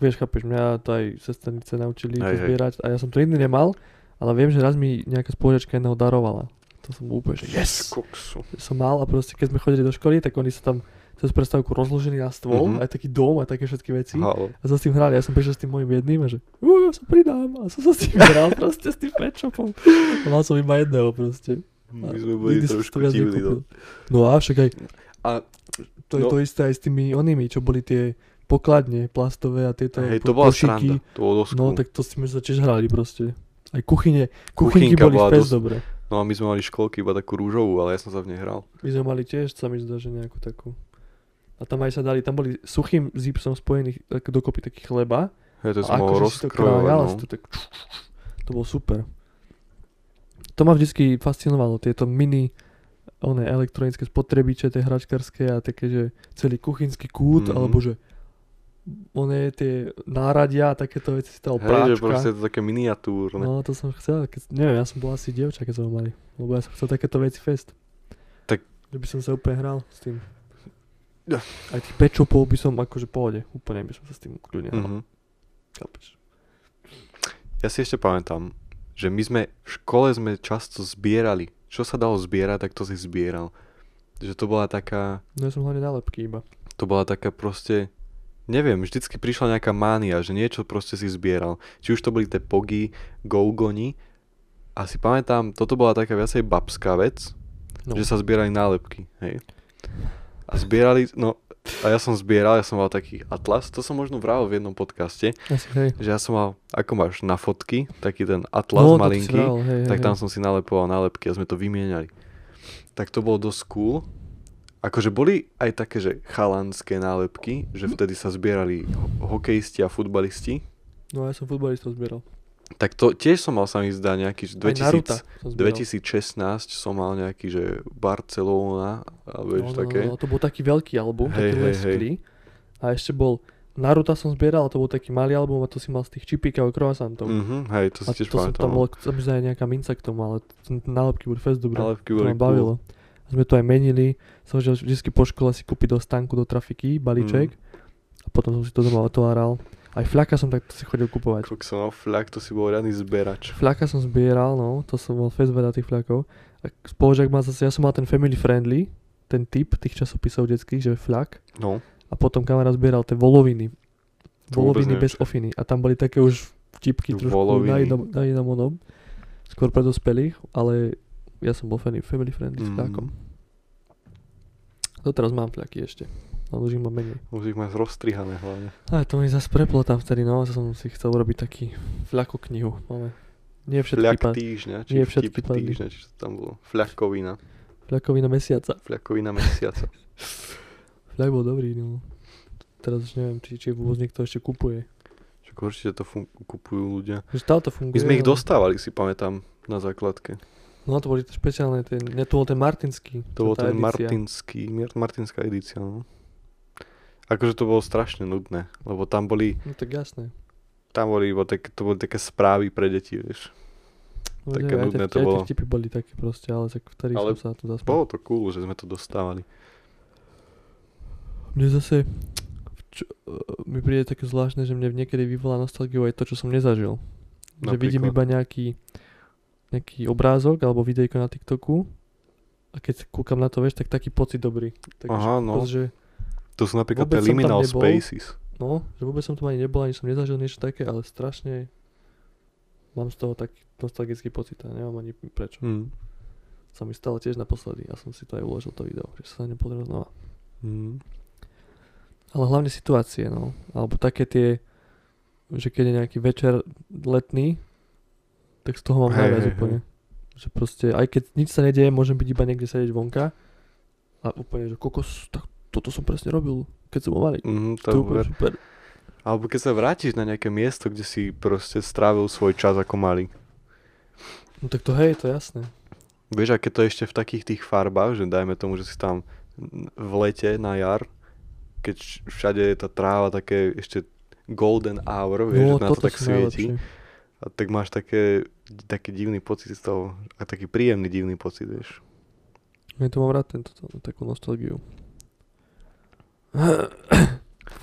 Speaker 1: vieš, chápeš, mňa to aj sestrnice naučili
Speaker 2: Hej,
Speaker 1: hej, to
Speaker 2: hej.
Speaker 1: zbierať a ja som to nikdy nemal, ale viem, že raz mi nejaká spolužiačka jedného darovala. To som úplne, že yes!
Speaker 2: Koksu.
Speaker 1: som mal a proste keď sme chodili do školy, tak oni sa tam cez prestávku rozložili na stôl,
Speaker 2: Mhm.
Speaker 1: aj taký dom a také všetky veci.
Speaker 2: Halo.
Speaker 1: A sa s tým hrali, ja som prišiel s tým môjim jedným a že "Ú, ja sa pridám a som sa s tým hral proste s tým pečopom. A mal som iba jedného proste. A
Speaker 2: No, My sme boli
Speaker 1: nikdy som si
Speaker 2: trošku
Speaker 1: to viac
Speaker 2: divní.
Speaker 1: nekúpil.
Speaker 2: No.
Speaker 1: No a však aj
Speaker 2: A
Speaker 1: to je
Speaker 2: No.
Speaker 1: to isté aj s tými onými, čo boli tie pokladne plastové a tieto
Speaker 2: hej,
Speaker 1: po-
Speaker 2: to bola
Speaker 1: košíky.
Speaker 2: sranda. To bolo dosť
Speaker 1: No
Speaker 2: cool.
Speaker 1: tak to s tým sme sa tiež hrali proste. Aj kuchyne, kuchynky
Speaker 2: Kuchynka
Speaker 1: boli
Speaker 2: bola
Speaker 1: v pes
Speaker 2: dosť-
Speaker 1: dobre.
Speaker 2: no a my sme mali školky iba takú rúžovú, ale ja som sa v nej hral.
Speaker 1: My sme mali tiež, sa mi zdá, že nejakú takú. A tam aj sa dali, tam boli suchým zipsom spojených tak, dokopy taký chleba.
Speaker 2: Hej, to
Speaker 1: a
Speaker 2: som mohol
Speaker 1: akože si to krájalo, si
Speaker 2: rozkrojovať.
Speaker 1: to
Speaker 2: No.
Speaker 1: tak... To bolo super. To ma vždycky fascinovalo, tieto mini oné elektronické spotrebiče, tie hračkarské a také, že celý kuchynský kút,
Speaker 2: Mhm.
Speaker 1: alebo že oné tie náradia a takéto veci si dal
Speaker 2: Hej, že
Speaker 1: práčka.
Speaker 2: proste je to také miniatúrne.
Speaker 1: No to som chcel, keď, neviem, ja som bol asi dievča, keď sme mali, lebo ja som chcel takéto veci fest. Že by som sa úplne hral s tým.
Speaker 2: Ja.
Speaker 1: Aj tých pečopov by som akože pohode. Úplne by som sa s tým kľudne hral.
Speaker 2: Mhm.
Speaker 1: Chápeš?
Speaker 2: Ja si ešte pamätám, že my sme v škole sme často zbierali. Čo sa dalo zbierať, tak to si zbieral. Že to bola taká,
Speaker 1: No ja som hlavne nálepky iba.
Speaker 2: to bola taká proste, neviem, vždycky prišla nejaká mánia, že niečo proste si zbieral. Či už to boli tie pogy, gougoni. A si pamätám, toto bola taká viacej babská vec,
Speaker 1: No.
Speaker 2: no. že sa zbierali nálepky, hej. A zbierali, no, a ja som zbieral, ja som mal taký atlas, to som možno vral v jednom podcaste,
Speaker 1: Asi, hej.
Speaker 2: že ja som mal, ako máš na fotky, taký ten atlas
Speaker 1: no, to ty si
Speaker 2: malinký,
Speaker 1: vral, hej, hej,
Speaker 2: tak tam
Speaker 1: hej.
Speaker 2: som si nalepoval nálepky a sme to vymieniali. Tak to bolo dosť cool. Akože boli aj také, že chalanské nálepky, že vtedy sa zbierali ho- hokejisti a futbalisti.
Speaker 1: No ja som futbalistov zbieral.
Speaker 2: Tak to tiež som mal sa mi zdá nejaký, že
Speaker 1: Aj Naruta
Speaker 2: 2000,
Speaker 1: som zbieral.
Speaker 2: 2016 som mal nejaký, že Barcelona, alebo niečo
Speaker 1: no,
Speaker 2: také.
Speaker 1: No, no, to bol taký veľký album,
Speaker 2: Hej,
Speaker 1: taký
Speaker 2: hej,
Speaker 1: Les
Speaker 2: hej.
Speaker 1: Cree. A ešte bol Naruta som zbieral, a to bol taký malý album a to si mal z tých čipíkov a croissantov.
Speaker 2: Mhm, hej, to
Speaker 1: a
Speaker 2: si tiež no.
Speaker 1: to som
Speaker 2: pamätám.
Speaker 1: tam bol, som že aj nejaká minca k tomu, ale t- nálepky boli fest dobré.
Speaker 2: Nálepky
Speaker 1: to
Speaker 2: boli
Speaker 1: ma bavilo. A sme to aj menili. Som že vždy po škole si kúpiť do stanku, do trafiky, balíček.
Speaker 2: Mm.
Speaker 1: A potom som si to doma otváral. Aj fľaka som takto si chodil kupovať.
Speaker 2: Krok som mal fľak, to si bol riadny zberač.
Speaker 1: Fľaka som zbieral, no, to som mal fest veľa tých fľakov. A spolužiak má zase, ja som mal ten family friendly, ten typ tých časopisov detských, že fľak.
Speaker 2: No,
Speaker 1: A potom kamarát zbieral tie voloviny.
Speaker 2: To vôbec
Speaker 1: Voloviny
Speaker 2: neviem,
Speaker 1: bez ofiny. A tam boli také už vtipky trošku
Speaker 2: Voloviny.
Speaker 1: na inom, na inom onom. Skôr pre dospelých, ale ja som bol family, family friendly s fľakom.
Speaker 2: mm,
Speaker 1: To teraz mám fľaky ešte. Ale už ich mám menej.
Speaker 2: už ich máš roztrihané hlavne.
Speaker 1: Ale to mi zase preplo tam vtedy, no. Som si chcel urobiť taký fľako knihu. Ale nie všetky
Speaker 2: Fľak
Speaker 1: pa-
Speaker 2: týždňa, či
Speaker 1: nie všetky
Speaker 2: vtip
Speaker 1: padli.
Speaker 2: týždňa, či čo to tam bolo. Fľakovina.
Speaker 1: fľakovina mesiaca.
Speaker 2: Fľakovina mesiaca.
Speaker 1: Fľak bol dobrý, no. Teraz už neviem, či, či vôbec niekto ešte kupuje.
Speaker 2: Čo určite to fun- kupujú ľudia.
Speaker 1: Takže táto
Speaker 2: My
Speaker 1: funguje.
Speaker 2: sme ich
Speaker 1: ale-
Speaker 2: dostávali, si pamätám, na základke.
Speaker 1: No to boli tie špeciálne, ten, ne, to bol ten martinský.
Speaker 2: To bol
Speaker 1: tá
Speaker 2: ten
Speaker 1: edícia.
Speaker 2: Martinský, Mar- Martinská edícia, no. Akože to bolo strašne nudné, lebo tam boli,
Speaker 1: No tak jasné.
Speaker 2: tam boli iba také, to boli také správy pre deti, vieš.
Speaker 1: No, neviem, aj
Speaker 2: Také
Speaker 1: tie-
Speaker 2: nudné to
Speaker 1: aj tie
Speaker 2: bolo.
Speaker 1: vtipy boli také proste, ale tak vtedy
Speaker 2: Ale
Speaker 1: som sa na to zasmiel.
Speaker 2: Bolo to cool, že sme to dostávali.
Speaker 1: Mne zase, čo, e, mi príde také zvláštne, že mne niekedy vyvolá nostalgiu aj to, čo som nezažil. Že vidím iba
Speaker 2: Napríklad.
Speaker 1: nejaký, nejaký obrázok alebo videjko na TikToku a keď kúkam na to, vieš, tak taký pocit dobrý. Tak,
Speaker 2: Aha, no.
Speaker 1: Že,
Speaker 2: To sú napríklad
Speaker 1: vôbec
Speaker 2: tie
Speaker 1: som tam
Speaker 2: Liminal
Speaker 1: nebol.
Speaker 2: Spaces.
Speaker 1: no, že vôbec som tu ani nebol, ani som nezažil niečo také, ale strašne mám z toho taký nostalgický pocit a neviem ani prečo.
Speaker 2: Mm.
Speaker 1: sa mi stalo tiež naposledy a som si to aj uložil to video, že sa na ne pozrel znova. Mm-hmm.
Speaker 2: Mm.
Speaker 1: Ale hlavne situácie, no. Alebo také tie, že keď je nejaký večer letný, tak z toho mám
Speaker 2: Hej,
Speaker 1: najviac
Speaker 2: hej, hej.
Speaker 1: úplne. Že proste, aj keď nič sa nedieje, môžem byť iba niekde sedieť vonka a úplne, že kokos, tak toto som presne robil, keď som bol malý.
Speaker 2: Mm,
Speaker 1: To
Speaker 2: to
Speaker 1: je
Speaker 2: je
Speaker 1: úplne
Speaker 2: ver-
Speaker 1: super.
Speaker 2: Alebo keď sa vrátiš na nejaké miesto, kde si proste strávil svoj čas ako malý.
Speaker 1: No tak to hej, to je jasné.
Speaker 2: Vieš, a keď to je ešte v takých tých farbách, že dajme tomu, že si tam v lete na jar, keď š- všade je tá tráva také ešte golden hour, vieš, že na to tak
Speaker 1: No, sú
Speaker 2: svieti,
Speaker 1: najlepšie.
Speaker 2: a tak máš také, taký divný pocit z toho, a taký príjemný divný pocit, vieš.
Speaker 1: Ja to mám rád, tento, takú nostalgiu.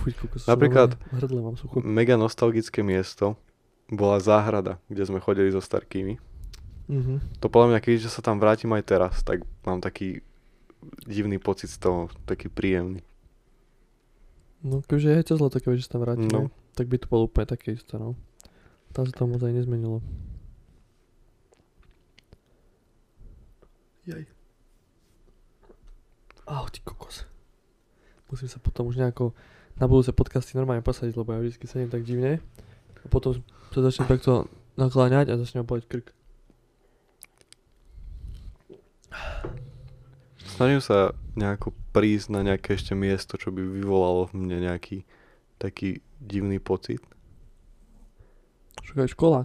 Speaker 1: Fuj, kokos, som
Speaker 2: Napríklad- Mm.
Speaker 1: normálne v hrdle mám sucho.
Speaker 2: Mega nostalgické miesto bola záhrada, kde sme chodili so starkými.
Speaker 1: Mhm.
Speaker 2: To podľa mňa, keďže sa tam vrátim aj teraz, tak mám taký divný pocit z toho, taký príjemný.
Speaker 1: No keďže je cez leto, keďže sa tam vrátime,
Speaker 2: No.
Speaker 1: tak by to bolo úplne také isté, no. Tam sa to moc aj nezmenilo. Jaj. Au, ty kokos. Musím sa potom už nejako na budúce podcasty normálne posadiť, lebo ja vždycky sedím tak divne. A potom sa začnem takto nakláňať a začnem boleť krk.
Speaker 2: Snažím sa nejako prísť na nejaké ešte miesto, čo by vyvolalo v mne nejaký taký divný pocit.
Speaker 1: Však aj škola.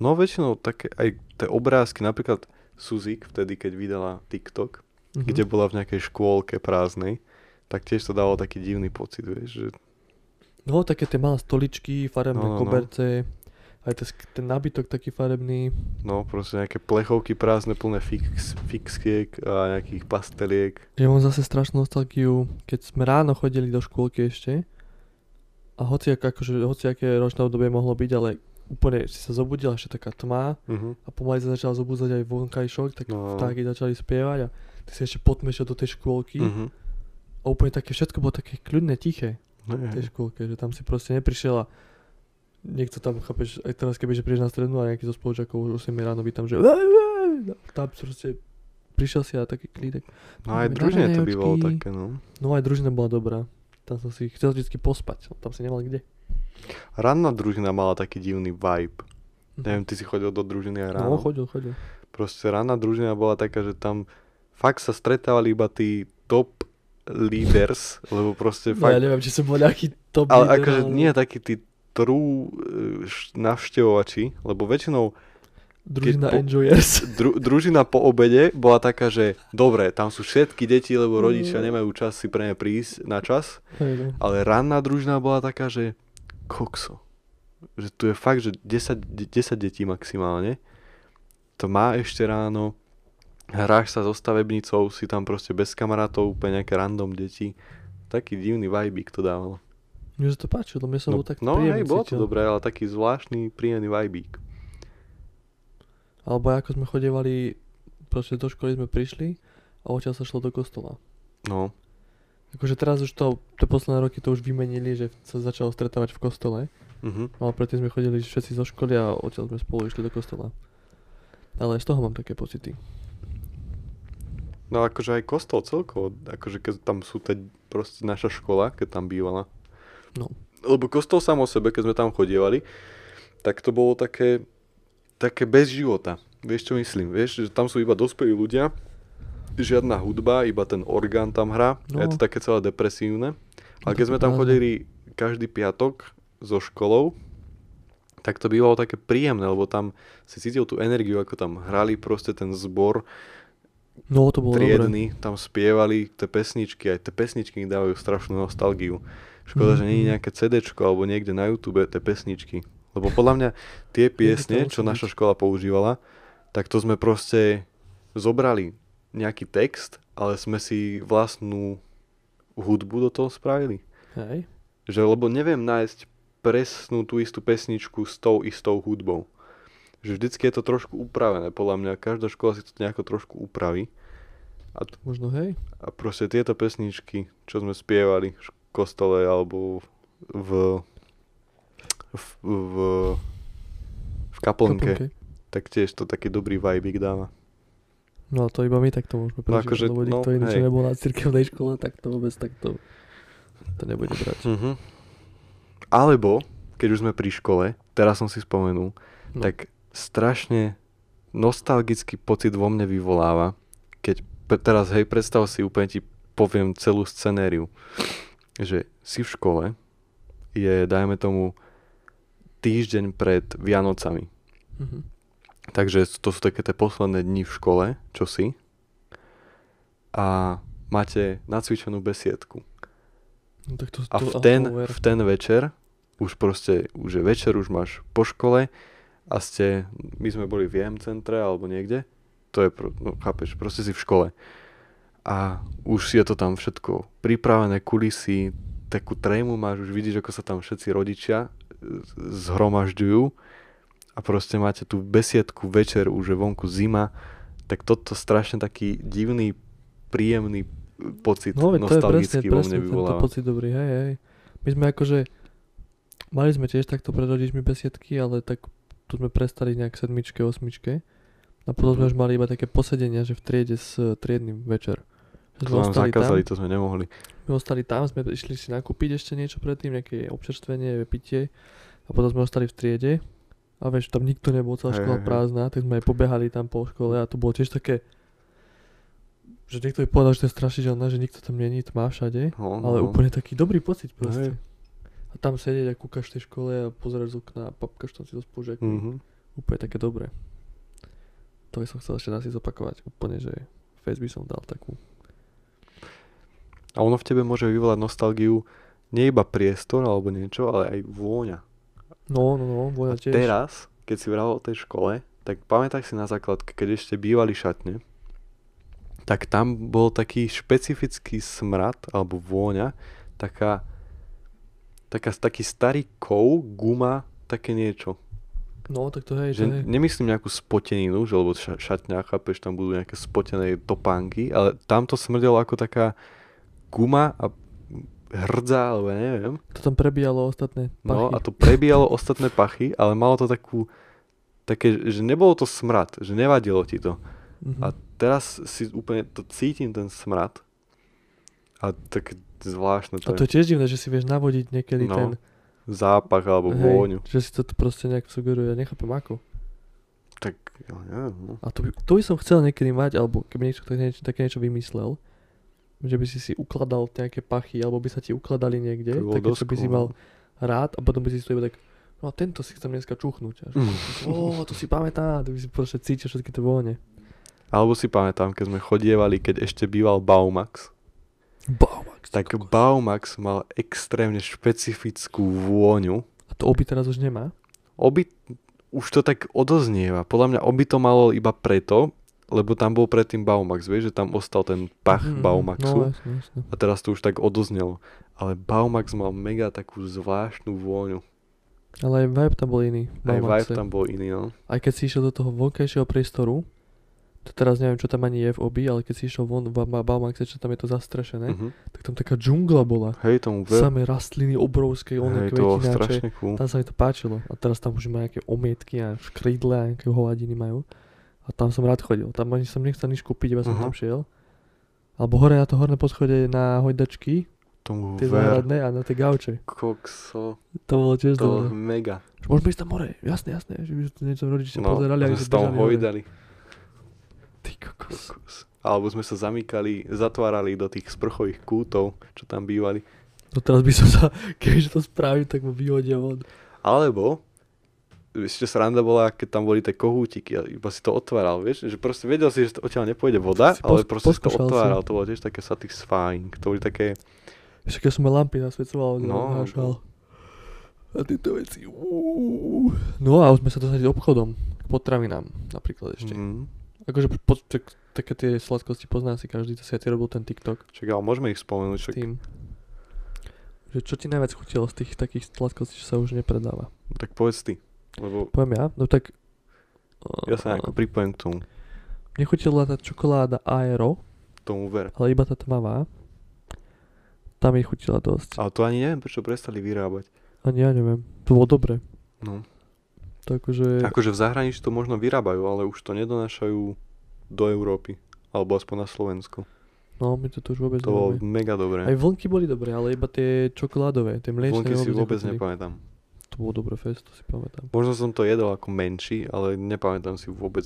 Speaker 2: No väčšinou také aj tie obrázky, napríklad Suzik vtedy, keď vydala TikTok,
Speaker 1: Mhm.
Speaker 2: kde bola v nejakej škôlke prázdnej, tak tiež to dalo taký divný pocit, vieš, že
Speaker 1: No, také tie malé stoličky, farebné
Speaker 2: No, no, no.
Speaker 1: koberce. Aj ten, sk- ten nábytok taký farebný.
Speaker 2: No, proste nejaké plechovky prázdne, plné fix, fixiek a nejakých pasteliek.
Speaker 1: Ja mám zase strašnú nostalgiu, keď sme ráno chodili do škôlky ešte. A hoci, ak, akože, hoci aké ročné obdobie mohlo byť, ale úplne si sa zobudila ešte taká tma
Speaker 2: Mhm.
Speaker 1: a pomaly sa začala zobudzať aj vonkajšok, tak
Speaker 2: No.
Speaker 1: vtáky začali spievať a ty si ešte potmešiel do tej škôlky.
Speaker 2: Mhm.
Speaker 1: A úplne také všetko bolo také kľudné, tiché v tej
Speaker 2: Hej.
Speaker 1: škôlke, že tam si proste neprišiel a niekto tam, chápeš, aj teraz keby, že prídeš na strednú a nejaký zo spolužiakov už 8 ráno by tam, že no, tam proste prišiel si a taký klídek.
Speaker 2: No aj
Speaker 1: Máme
Speaker 2: družine to
Speaker 1: raňajočky.
Speaker 2: bývalo také, no.
Speaker 1: No aj družina bola dobrá. Tam som si chcel vždycky pospať, lebo tam si nemal kde.
Speaker 2: Ranná družina mala taký divný vibe. Neviem, ty si chodil do družiny aj
Speaker 1: Mhm.
Speaker 2: ráno?
Speaker 1: No, chodil, chodil.
Speaker 2: proste ranná družina bola taká, že tam fakt sa stretávali iba tí top leaders, lebo proste
Speaker 1: No ja
Speaker 2: fakt,
Speaker 1: neviem, či som bol nejaký top
Speaker 2: ale
Speaker 1: leader,
Speaker 2: akože nie takí tí true e, š- navštevovači, lebo väčšinou
Speaker 1: Družina
Speaker 2: po-
Speaker 1: enjoyers.
Speaker 2: dru, družina po obede bola taká, že dobre, tam sú všetky deti, lebo rodičia nemajú čas si pre ne prísť na čas,
Speaker 1: Hej, no.
Speaker 2: ale ranná družina bola taká, že kokso. Že tu je fakt, že 10, de- 10 detí maximálne. To má ešte ráno. Hráš sa so stavebnicou, si tam proste bez kamarátov, úplne nejaké random deti. Taký divný vibe to dávalo.
Speaker 1: Mne sa to páčilo, mne sa
Speaker 2: No,
Speaker 1: bolo tak
Speaker 2: no
Speaker 1: príjemne
Speaker 2: hej, bolo to
Speaker 1: cítil.
Speaker 2: dobré, ale taký zvláštny, príjemný vibe.
Speaker 1: Alebo ako sme chodevali, proste do školy sme prišli a odtiaľ sa šlo do kostola.
Speaker 2: No,
Speaker 1: Akože teraz už to, tie posledné roky to už vymenili, že sa začalo stretávať v kostole,
Speaker 2: mhm.
Speaker 1: ale predtým sme chodili všetci zo školy a odtiaľ sme spolu išli do kostola. Ale z toho mám také pocity.
Speaker 2: no akože aj kostol celkovo, akože keď tam sú teď proste naša škola, keď tam bývala,
Speaker 1: No.
Speaker 2: lebo kostol sám o sebe, keď sme tam chodievali, tak to bolo také, také bez života. Vieš, čo myslím? Vieš, že tam sú iba dospelí ľudia, žiadna hudba, iba ten orgán tam hrá.
Speaker 1: No.
Speaker 2: No. Je to také celé depresívne.
Speaker 1: No
Speaker 2: A
Speaker 1: to
Speaker 2: keď sme
Speaker 1: pravda.
Speaker 2: tam chodili každý piatok so školou, tak to bývalo také príjemné, lebo tam si cítil tú energiu, ako tam hrali proste ten zbor
Speaker 1: No to bolo dobré.
Speaker 2: triedny, tam spievali tie pesničky, aj tie pesničky mi dávajú strašnú nostalgiu. Škoda, že nie je
Speaker 1: Mhm.
Speaker 2: nejaké CD alebo niekde na YouTube tie pesničky. Lebo podľa mňa tie piesne,
Speaker 1: musí
Speaker 2: čo naša škola používala, tak to sme proste zobrali nejaký text, ale sme si vlastnú hudbu do toho spravili.
Speaker 1: Hej.
Speaker 2: Že lebo neviem nájsť presnú tú istú pesničku s tou istou hudbou. Že vždycky je to trošku upravené, podľa mňa každá škola si to nejako trošku upraví.
Speaker 1: Možno hej.
Speaker 2: A proste tieto pesničky, čo sme spievali v š- kostole alebo v, v, v, v kaplnke,
Speaker 1: Kaplnke.
Speaker 2: tak tiež to taký dobrý vibe dáva.
Speaker 1: No to iba my takto môžeme prežívať, no, akože,
Speaker 2: akože,
Speaker 1: lebo
Speaker 2: no,
Speaker 1: nikto iný, čo
Speaker 2: hej.
Speaker 1: nebol na cirkevnej škole, tak to vôbec takto to nebude brať.
Speaker 2: Mhm. Alebo, keď už sme pri škole, teraz som si spomenul,
Speaker 1: No.
Speaker 2: tak strašne nostalgický pocit vo mne vyvoláva, keď pe- teraz, hej, predstav si, úplne ti poviem celú scenériu, že si v škole, je, dajme tomu, týždeň pred Vianocami.
Speaker 1: Mhm.
Speaker 2: Takže to sú také tie posledné dni v škole, čo si. A máte nacvičenú besiedku.
Speaker 1: No, tak to,
Speaker 2: A
Speaker 1: to,
Speaker 2: v ten,
Speaker 1: over.
Speaker 2: v ten večer, už proste, už je večer, už máš po škole a ste, my sme boli v JM centre alebo niekde, to je, pro- no chápeš, proste si v škole. A už je to tam všetko pripravené, kulisy, takú trému máš, už vidíš, ako sa tam všetci rodičia e, zhromažďujú a proste máte tú besiedku večer, už je vonku zima, tak toto strašne taký divný, príjemný e, pocit
Speaker 1: No, veď to je presne,
Speaker 2: nostalgický vo
Speaker 1: presne
Speaker 2: mne
Speaker 1: tento
Speaker 2: vyvoláva.
Speaker 1: pocit dobrý, hej, hej. My sme akože, mali sme tiež takto pred rodičmi besiedky, ale tak tu sme prestali nejak sedmičke, osmičke. A potom sme
Speaker 2: Mhm.
Speaker 1: už mali iba také posedenia, že v triede s e, triednym večer. Že sme
Speaker 2: To nám
Speaker 1: ostali tam,
Speaker 2: zakázali, to sme nemohli.
Speaker 1: my ostali tam, sme išli si nakúpiť ešte niečo predtým, nejaké občerstvenie, pitie. A potom sme ostali v triede. A vieš, tam nikto nebol, celá
Speaker 2: Hej,
Speaker 1: škola
Speaker 2: hej, hej.
Speaker 1: prázdna, tak sme aj pobehali tam po škole a to bolo tiež také, že niekto by povedal, že to je strašidelné, že nikto tam není, tma všade.
Speaker 2: No, no,
Speaker 1: Ale
Speaker 2: no.
Speaker 1: úplne taký dobrý pocit
Speaker 2: Hej.
Speaker 1: proste. A tam sedieť a kúkaš v tej škole a pozeráš z okna a papkaš tam si do spolužiakov. Mm-hmm.
Speaker 2: Mhm.
Speaker 1: Úplne také dobré. To by som chcel ešte asi zopakovať. Úplne, že face by som dal takú.
Speaker 2: A ono v tebe môže vyvolať nostalgiu nie iba priestor alebo niečo, ale aj vôňa.
Speaker 1: No, no, no,
Speaker 2: A
Speaker 1: vojna tiež.
Speaker 2: teraz, keď si vravel o tej škole, tak pamätáš si na základke, keď ešte bývali šatne, tak tam bol taký špecifický smrad, alebo vôňa, taká, taká, taký starý kov, guma, také niečo.
Speaker 1: No, tak to hej, to hej.
Speaker 2: Že nemyslím nejakú spoteninu, že lebo ša- šatňa, chápeš, tam budú nejaké spotené topánky, ale tam to smrdelo ako taká guma a hrdza, alebo ja neviem.
Speaker 1: To tam prebíjalo ostatné
Speaker 2: No
Speaker 1: pachy.
Speaker 2: a to prebíjalo ostatné pachy, ale malo to takú, také, že nebolo to smrad, že nevadilo ti to.
Speaker 1: Mhm.
Speaker 2: A teraz si úplne to cítim, ten smrad. A tak zvláštne
Speaker 1: A to
Speaker 2: to,
Speaker 1: je tiež divné, že si vieš navodiť niekedy
Speaker 2: No,
Speaker 1: ten...
Speaker 2: zápach
Speaker 1: hej,
Speaker 2: alebo vôňu.
Speaker 1: Že si to t- proste nejak sugeruje, ja nechápem ako.
Speaker 2: Tak ja neviem, no.
Speaker 1: A to by, to by som chcel niekedy mať, alebo keby niekto tak niečo, také niečo vymyslel, že by si si ukladal nejaké pachy, alebo by sa ti ukladali niekde,
Speaker 2: To by bolo
Speaker 1: také, čo by si
Speaker 2: doskvelé.
Speaker 1: mal rád a potom by si si to iba tak, no a tento si chcem dneska čuchnúť. Až. Ó, to si pamätá, to by si proste cítil všetky tie vône.
Speaker 2: Alebo si pamätám, keď sme chodievali, keď ešte býval Baumax,
Speaker 1: Baumax.
Speaker 2: tak Baumax mal extrémne špecifickú vôňu.
Speaker 1: A to oby teraz už nemá.
Speaker 2: Oby, už to tak odoznieva. Podľa mňa oby to malo iba preto, lebo tam bol predtým Baumax, vieš, že tam ostal ten pach
Speaker 1: Mhm, mhm,
Speaker 2: Baumaxu.
Speaker 1: No, jasne, jasne.
Speaker 2: A teraz to už tak odoznelo. Ale Baumax mal mega takú zvláštnu vôňu.
Speaker 1: Ale aj vibe tam bol iný.
Speaker 2: Aj
Speaker 1: Baumaxe.
Speaker 2: vibe tam bol iný, no.
Speaker 1: aj keď si išiel do toho vonkajšieho priestoru, to teraz neviem, čo tam ani je v obi, ale keď si išiel von v Ba- Baumaxe, čo tam je to zastrešené,
Speaker 2: Mhm.
Speaker 1: tak tam taká džungla bola.
Speaker 2: Hej, tomu veľ...
Speaker 1: Samé rastliny obrovské, oné
Speaker 2: Hej, to bolo
Speaker 1: kvetináče.
Speaker 2: strašne cool.
Speaker 1: Tam sa mi to páčilo. A teraz tam už má nejaké omietky a škrydle a nejaké hovadiny majú. A tam som rád chodil. Tam ani som nechcel nič kúpiť, iba som
Speaker 2: Aha.
Speaker 1: tam šiel. Alebo hore na to horné poschodie na hojdačky,
Speaker 2: Tomu
Speaker 1: tie
Speaker 2: veľ...
Speaker 1: záhradné a na tie gauče.
Speaker 2: Kokso,
Speaker 1: To bolo tiež
Speaker 2: to bolo
Speaker 1: dobré.
Speaker 2: mega.
Speaker 1: Že Môžeme ísť tam hore, jasne, jasne. Že by niečo rodičia
Speaker 2: No,
Speaker 1: pozerali,
Speaker 2: sme
Speaker 1: ako
Speaker 2: sa
Speaker 1: sme
Speaker 2: tam
Speaker 1: bežali hore.
Speaker 2: hojdali.
Speaker 1: Ty kokos.
Speaker 2: Kokos. Alebo sme sa zamykali, zatvárali do tých sprchových kútov, čo tam bývali.
Speaker 1: No teraz by som sa, keďže to spravím, tak mu vyhodia von.
Speaker 2: Alebo ešte sranda bola, keď tam boli tie kohútiky a iba si to otváral, vieš, že proste vedel si, že to odtiaľ nepôjde voda,
Speaker 1: Si
Speaker 2: ale
Speaker 1: pos-
Speaker 2: proste si to
Speaker 1: poskúšal si.
Speaker 2: otváral, to bolo tiež také satisfying, to boli také,
Speaker 1: Ešte keď som mal lampy nasvedcoval,
Speaker 2: No.
Speaker 1: no, hášal. A tieto veci. uú. No a už sme sa dostali obchodom k potravinám napríklad ešte. Mm.
Speaker 2: mm,
Speaker 1: Akože po, tak, také tie sladkosti pozná si každý, to si aj ty robil ten TikTok
Speaker 2: čak, ale môžeme ich spomenúť,
Speaker 1: s
Speaker 2: čak,
Speaker 1: tým. Že čo ti najviac chutilo z tých takých sladkostí, čo sa už nepredáva?
Speaker 2: no tak povedz ty, lebo
Speaker 1: Poviem ja? No tak...
Speaker 2: ja sa nejako pripojím k tomu,
Speaker 1: Mne chutila tá čokoláda Aero,
Speaker 2: tomu ver.
Speaker 1: ale iba tá tmavá. Tam mi chutila dosť.
Speaker 2: Ale to ani neviem, prečo prestali vyrábať.
Speaker 1: Ani ja neviem. To bolo dobre.
Speaker 2: No.
Speaker 1: To akože...
Speaker 2: Akože v zahraničí to možno vyrábajú, ale už to nedonášajú do Európy, alebo aspoň na Slovensko.
Speaker 1: No, my to tu už vôbec
Speaker 2: To bolo
Speaker 1: nemáme.
Speaker 2: mega
Speaker 1: Aj
Speaker 2: dobré.
Speaker 1: vlnky boli dobré, ale iba tie čokoládové, tie mliečne.
Speaker 2: Vonky si vôbec
Speaker 1: nechutili.
Speaker 2: nepamätám.
Speaker 1: To bolo dobré fest, to si pamätám.
Speaker 2: Možno som to jedol ako menší, ale nepamätám si vôbec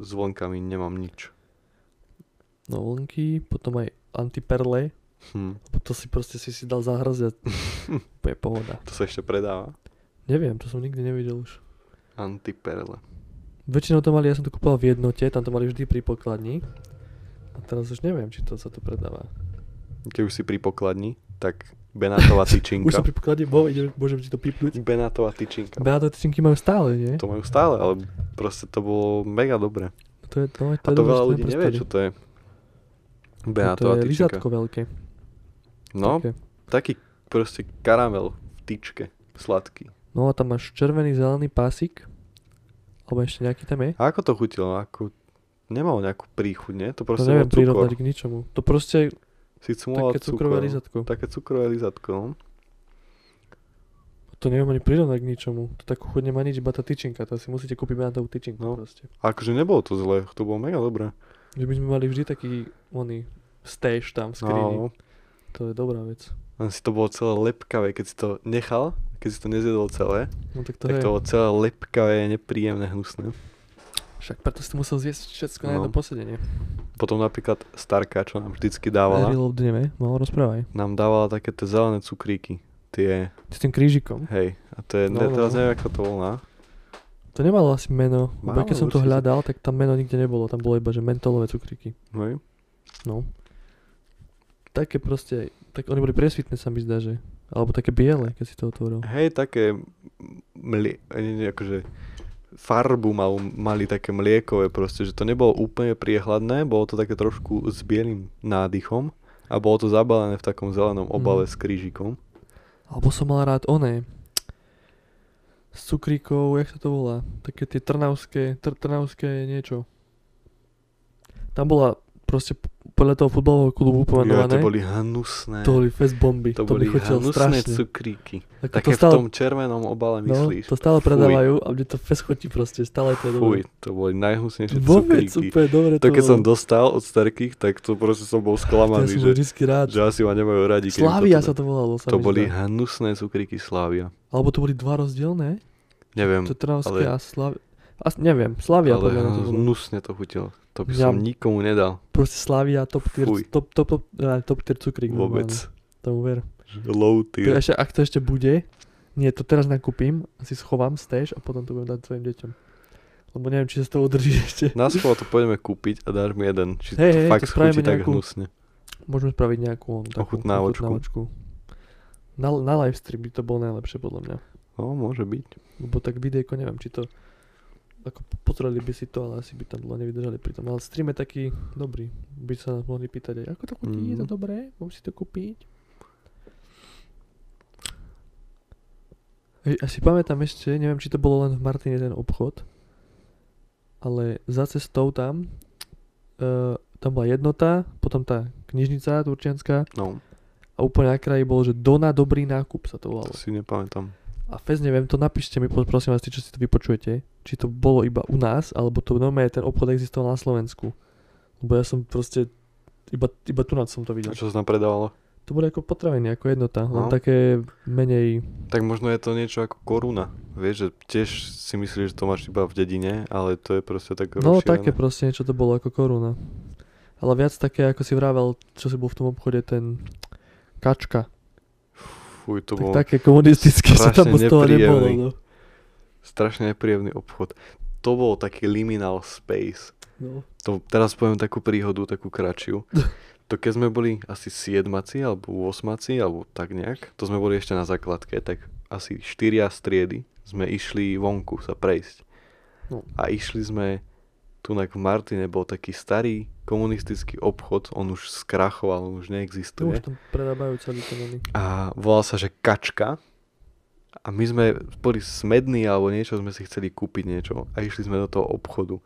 Speaker 2: s vonkami, nemám nič.
Speaker 1: No vlnky, potom aj antiperle,
Speaker 2: Hm.
Speaker 1: lebo to si proste si si dal zahraziať. to je pohoda.
Speaker 2: To sa ešte predáva.
Speaker 1: Neviem, to som nikdy nevidel už.
Speaker 2: Antiperle.
Speaker 1: Väčšinou to mali, ja som to kúpoval v jednote, tam to mali vždy pri pokladni. A teraz už neviem, či to sa to predáva.
Speaker 2: Keď už si pri pokladni, tak Benátová
Speaker 1: Už som
Speaker 2: tyčinka.
Speaker 1: pri pokladni bol, idem, môžem ti to pipnúť.
Speaker 2: Benátová tyčinka.
Speaker 1: Beato, tyčinky majú stále, nie?
Speaker 2: To majú stále, ale proste to bolo mega dobré.
Speaker 1: To je, no, to
Speaker 2: A
Speaker 1: je
Speaker 2: to
Speaker 1: dobré,
Speaker 2: veľa
Speaker 1: že
Speaker 2: ľudí nevie,
Speaker 1: neprestali.
Speaker 2: čo to je.
Speaker 1: to
Speaker 2: Benátová
Speaker 1: je
Speaker 2: tyčinka.
Speaker 1: lyžiatko veľké.
Speaker 2: No,
Speaker 1: Také.
Speaker 2: taký proste karamel v tyčke, sladký.
Speaker 1: No a tam máš červený, zelený pásik. Alebo ešte nejaký tam je.
Speaker 2: A ako to chutilo? Ako... Nemalo nejakú príchuť, nie?
Speaker 1: To
Speaker 2: To proste
Speaker 1: neviem
Speaker 2: bol cukor.
Speaker 1: prirovnať k ničomu. To proste
Speaker 2: Si cmola
Speaker 1: také cukrové
Speaker 2: cukor.
Speaker 1: lyžatko.
Speaker 2: Také cukrové lyzatko, no.
Speaker 1: To neviem ani prirovnať k ničomu. To takú chuť nemá nič, iba tá tyčinka. To si musíte kúpiť na tú tyčinku
Speaker 2: No.
Speaker 1: no. proste.
Speaker 2: A Akože nebolo to zlé, to bolo mega dobré.
Speaker 1: Že by sme mali vždy taký, oný, stage tam v skrini.
Speaker 2: No,
Speaker 1: To je dobrá vec.
Speaker 2: len si to bolo celé lepkavé, keď si to nechal, keď si to nezjedol celé,
Speaker 1: No tak to
Speaker 2: to tak
Speaker 1: je.
Speaker 2: to bolo celé lepkavé, nepríjemné, hnusné.
Speaker 1: Však preto si to musel zjesť všetko na
Speaker 2: No.
Speaker 1: jedno posedenie.
Speaker 2: Potom napríklad Starka, čo nám vždycky dávala,
Speaker 1: Erilo dneme, no rozprávaj.
Speaker 2: nám dávala také tie zelené cukríky. Tie,
Speaker 1: S tým krížikom.
Speaker 2: hej, a to je,
Speaker 1: No,
Speaker 2: ne,
Speaker 1: no,
Speaker 2: teraz
Speaker 1: no.
Speaker 2: neviem, ako to volá.
Speaker 1: To nemalo asi meno. Lebo
Speaker 2: Malo,
Speaker 1: keď som to
Speaker 2: určite.
Speaker 1: hľadal, tak tam meno nikde nebolo. Tam bolo iba, že mentolové cukriky.
Speaker 2: Hej.
Speaker 1: No. Také proste, tak oni boli presvitné sa mi zdá, že. Alebo také biele, keď si to otvoril.
Speaker 2: Hej, také mlie, nie, nie, akože farbu mal, mali také mliekové proste, že to nebolo úplne priehľadné, bolo to také trošku s bielým nádychom a bolo to zabalené v takom zelenom obale
Speaker 1: Mhm.
Speaker 2: s krížikom.
Speaker 1: Alebo som mal rád oné. S cukríkov, jak sa to volá? Také tie trnavské, tr- trnavské niečo. Tam bola proste p- podľa toho futbalového klubu
Speaker 2: Jo,
Speaker 1: pomenované.
Speaker 2: to boli hnusné.
Speaker 1: to boli fest bomby.
Speaker 2: to
Speaker 1: To, by
Speaker 2: boli
Speaker 1: chodil
Speaker 2: hnusné
Speaker 1: strašne.
Speaker 2: cukríky.
Speaker 1: Ako
Speaker 2: Také
Speaker 1: to stále,
Speaker 2: v tom červenom obale
Speaker 1: no,
Speaker 2: myslíš.
Speaker 1: to stále
Speaker 2: Fuj.
Speaker 1: predávajú a mne to fest chodí proste. Stále to je dobré.
Speaker 2: Fuj, to boli najhnusnejšie
Speaker 1: Vôbec
Speaker 2: cukríky.
Speaker 1: úplne dobre
Speaker 2: To keď
Speaker 1: bolo.
Speaker 2: som dostal od starkých, tak to proste som bol
Speaker 1: ja
Speaker 2: sklamaný,
Speaker 1: som
Speaker 2: že,
Speaker 1: bol vždycky rád.
Speaker 2: že asi ma nemajú radi. keď im teda
Speaker 1: Slavia
Speaker 2: toto
Speaker 1: sa to volalo. Sa
Speaker 2: To
Speaker 1: mi
Speaker 2: boli
Speaker 1: zdá.
Speaker 2: hnusné cukríky Slavia.
Speaker 1: Alebo to boli dva rozdielne?
Speaker 2: Neviem,
Speaker 1: To Trnavské
Speaker 2: Hm,
Speaker 1: a
Speaker 2: ale-
Speaker 1: Slavia. As, neviem, Slavia
Speaker 2: ale hm.
Speaker 1: podľa mňa to bolo.
Speaker 2: hnusne to chutilo. To by
Speaker 1: Ja-
Speaker 2: som nikomu nedal.
Speaker 1: Proste Slavia, top tier,
Speaker 2: Fuj.
Speaker 1: top, top, top, eh, top tier cukrík.
Speaker 2: Vôbec.
Speaker 1: normálne. Tomu ver.
Speaker 2: Že
Speaker 1: To
Speaker 2: Low tier.
Speaker 1: ešte, ak to ešte bude, nie, to teraz nakúpim, si schovám stage a potom to budem dať svojim deťom. Lebo neviem, či sa z toho udrží ešte.
Speaker 2: Na schvál to pôjdeme kúpiť a dáš mi jeden. Či
Speaker 1: Hej, hej,
Speaker 2: to fakt
Speaker 1: to spravíme
Speaker 2: chutí tak
Speaker 1: nejakú-
Speaker 2: hnusne.
Speaker 1: Môžeme spraviť nejakú on, takú
Speaker 2: Ochutnávočku.
Speaker 1: ochutnávočku. Na, na livestream by to bolo najlepšie podľa mňa.
Speaker 2: No, môže byť.
Speaker 1: Lebo tak videjko, neviem, či to... Ako pozreli by si to, ale asi by tam dlho nevydržali pri tom. Ale stream je taký dobrý. By sa nás mohli pýtať aj, ako to chutí, je to
Speaker 2: Mhm.
Speaker 1: dobré? Môžem si to kúpiť? Hej, Asi pamätám ešte, neviem, či to bolo len v Martine ten obchod, ale za cestou tam, eh, tam bola jednota, potom tá knižnica turčianská
Speaker 2: No,
Speaker 1: a úplne na kraji bolo, že Dona Dobrý nákup sa to volalo.
Speaker 2: to si nepamätám.
Speaker 1: A fest neviem, to napíšte mi, po- prosím vás, tí, čo si to vypočujete, či to bolo iba u nás, alebo to normálne ten obchod existoval na Slovensku. Lebo ja som proste, iba, iba tu som to
Speaker 2: A
Speaker 1: videl.
Speaker 2: čo sa tam predávalo?
Speaker 1: To boli ako potraviny, ako jednota, len
Speaker 2: No.
Speaker 1: také menej,
Speaker 2: Tak možno je to niečo ako koruna. Vieš, že tiež si myslíš, že to máš iba v dedine, ale to je proste tak
Speaker 1: no
Speaker 2: rozšírené.
Speaker 1: také proste niečo to bolo ako koruna. Ale viac také, ako si vravel, čo si bol v tom obchode, ten kačka.
Speaker 2: Fuj,
Speaker 1: tak
Speaker 2: to bolo
Speaker 1: také komunistické, čo tam
Speaker 2: strašne
Speaker 1: od toho nebolo.
Speaker 2: nepríjemný.
Speaker 1: No.
Speaker 2: strašne nepríjemný obchod. To bol taký liminal space.
Speaker 1: No.
Speaker 2: To teraz poviem takú príhodu, takú kratšiu. To keď sme boli asi 7 alebo 8 alebo tak nejak, to sme boli ešte na základke, tak asi 4 striedy sme išli vonku sa prejsť.
Speaker 1: No.
Speaker 2: A išli sme, tu v Martine bol taký starý komunistický obchod, on už skrachoval, on
Speaker 1: To už
Speaker 2: už neexistuje.
Speaker 1: tam predávajú celý ten oný.
Speaker 2: A volal sa, že Kačka. A my sme boli smední alebo niečo, sme si chceli kúpiť niečo. A išli sme do toho obchodu.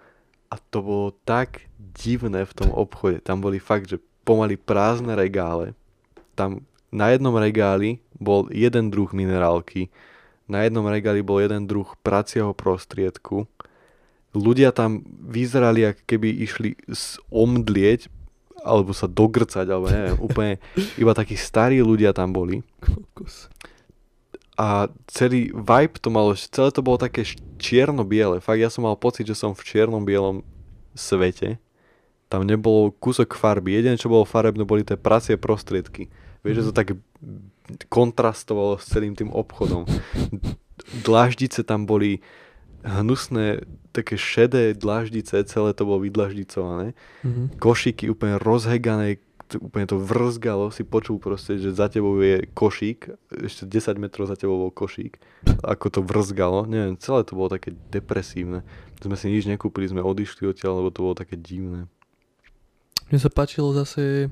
Speaker 2: A to bolo tak divné v tom obchode. Tam boli fakt, že pomaly prázdne regále. Tam na jednom regáli bol jeden druh minerálky. Na jednom regáli bol jeden druh pracieho prostriedku. Ľudia tam vyzerali, ako keby išli s- omdlieť alebo sa dogrcať, alebo neviem, úplne iba takí starí ľudia tam boli
Speaker 1: Kokos.
Speaker 2: a celý vibe to malo, celé to bolo také š- čierno-biele. Fakt ja som mal pocit, že som v čierno-bielom svete. Tam nebolo kúsok farby. Jediné, čo bolo farebné, boli tie pracie prostriedky. Vieš, že to tak kontrastovalo s celým tým obchodom. Dláždice tam boli hnusné, také šedé dláždice, celé to bolo vydlaždicované
Speaker 1: Mhm.
Speaker 2: košíky úplne rozhegané, t- úplne to vrzgalo, si počul proste, že za tebou je košík, ešte 10 metrov za tebou bol košík, ako to vrzgalo, neviem, celé to bolo také depresívne. Sme si nič nekúpili, sme odišli odtiaľ, lebo to bolo také divné.
Speaker 1: Mne sa páčilo zase,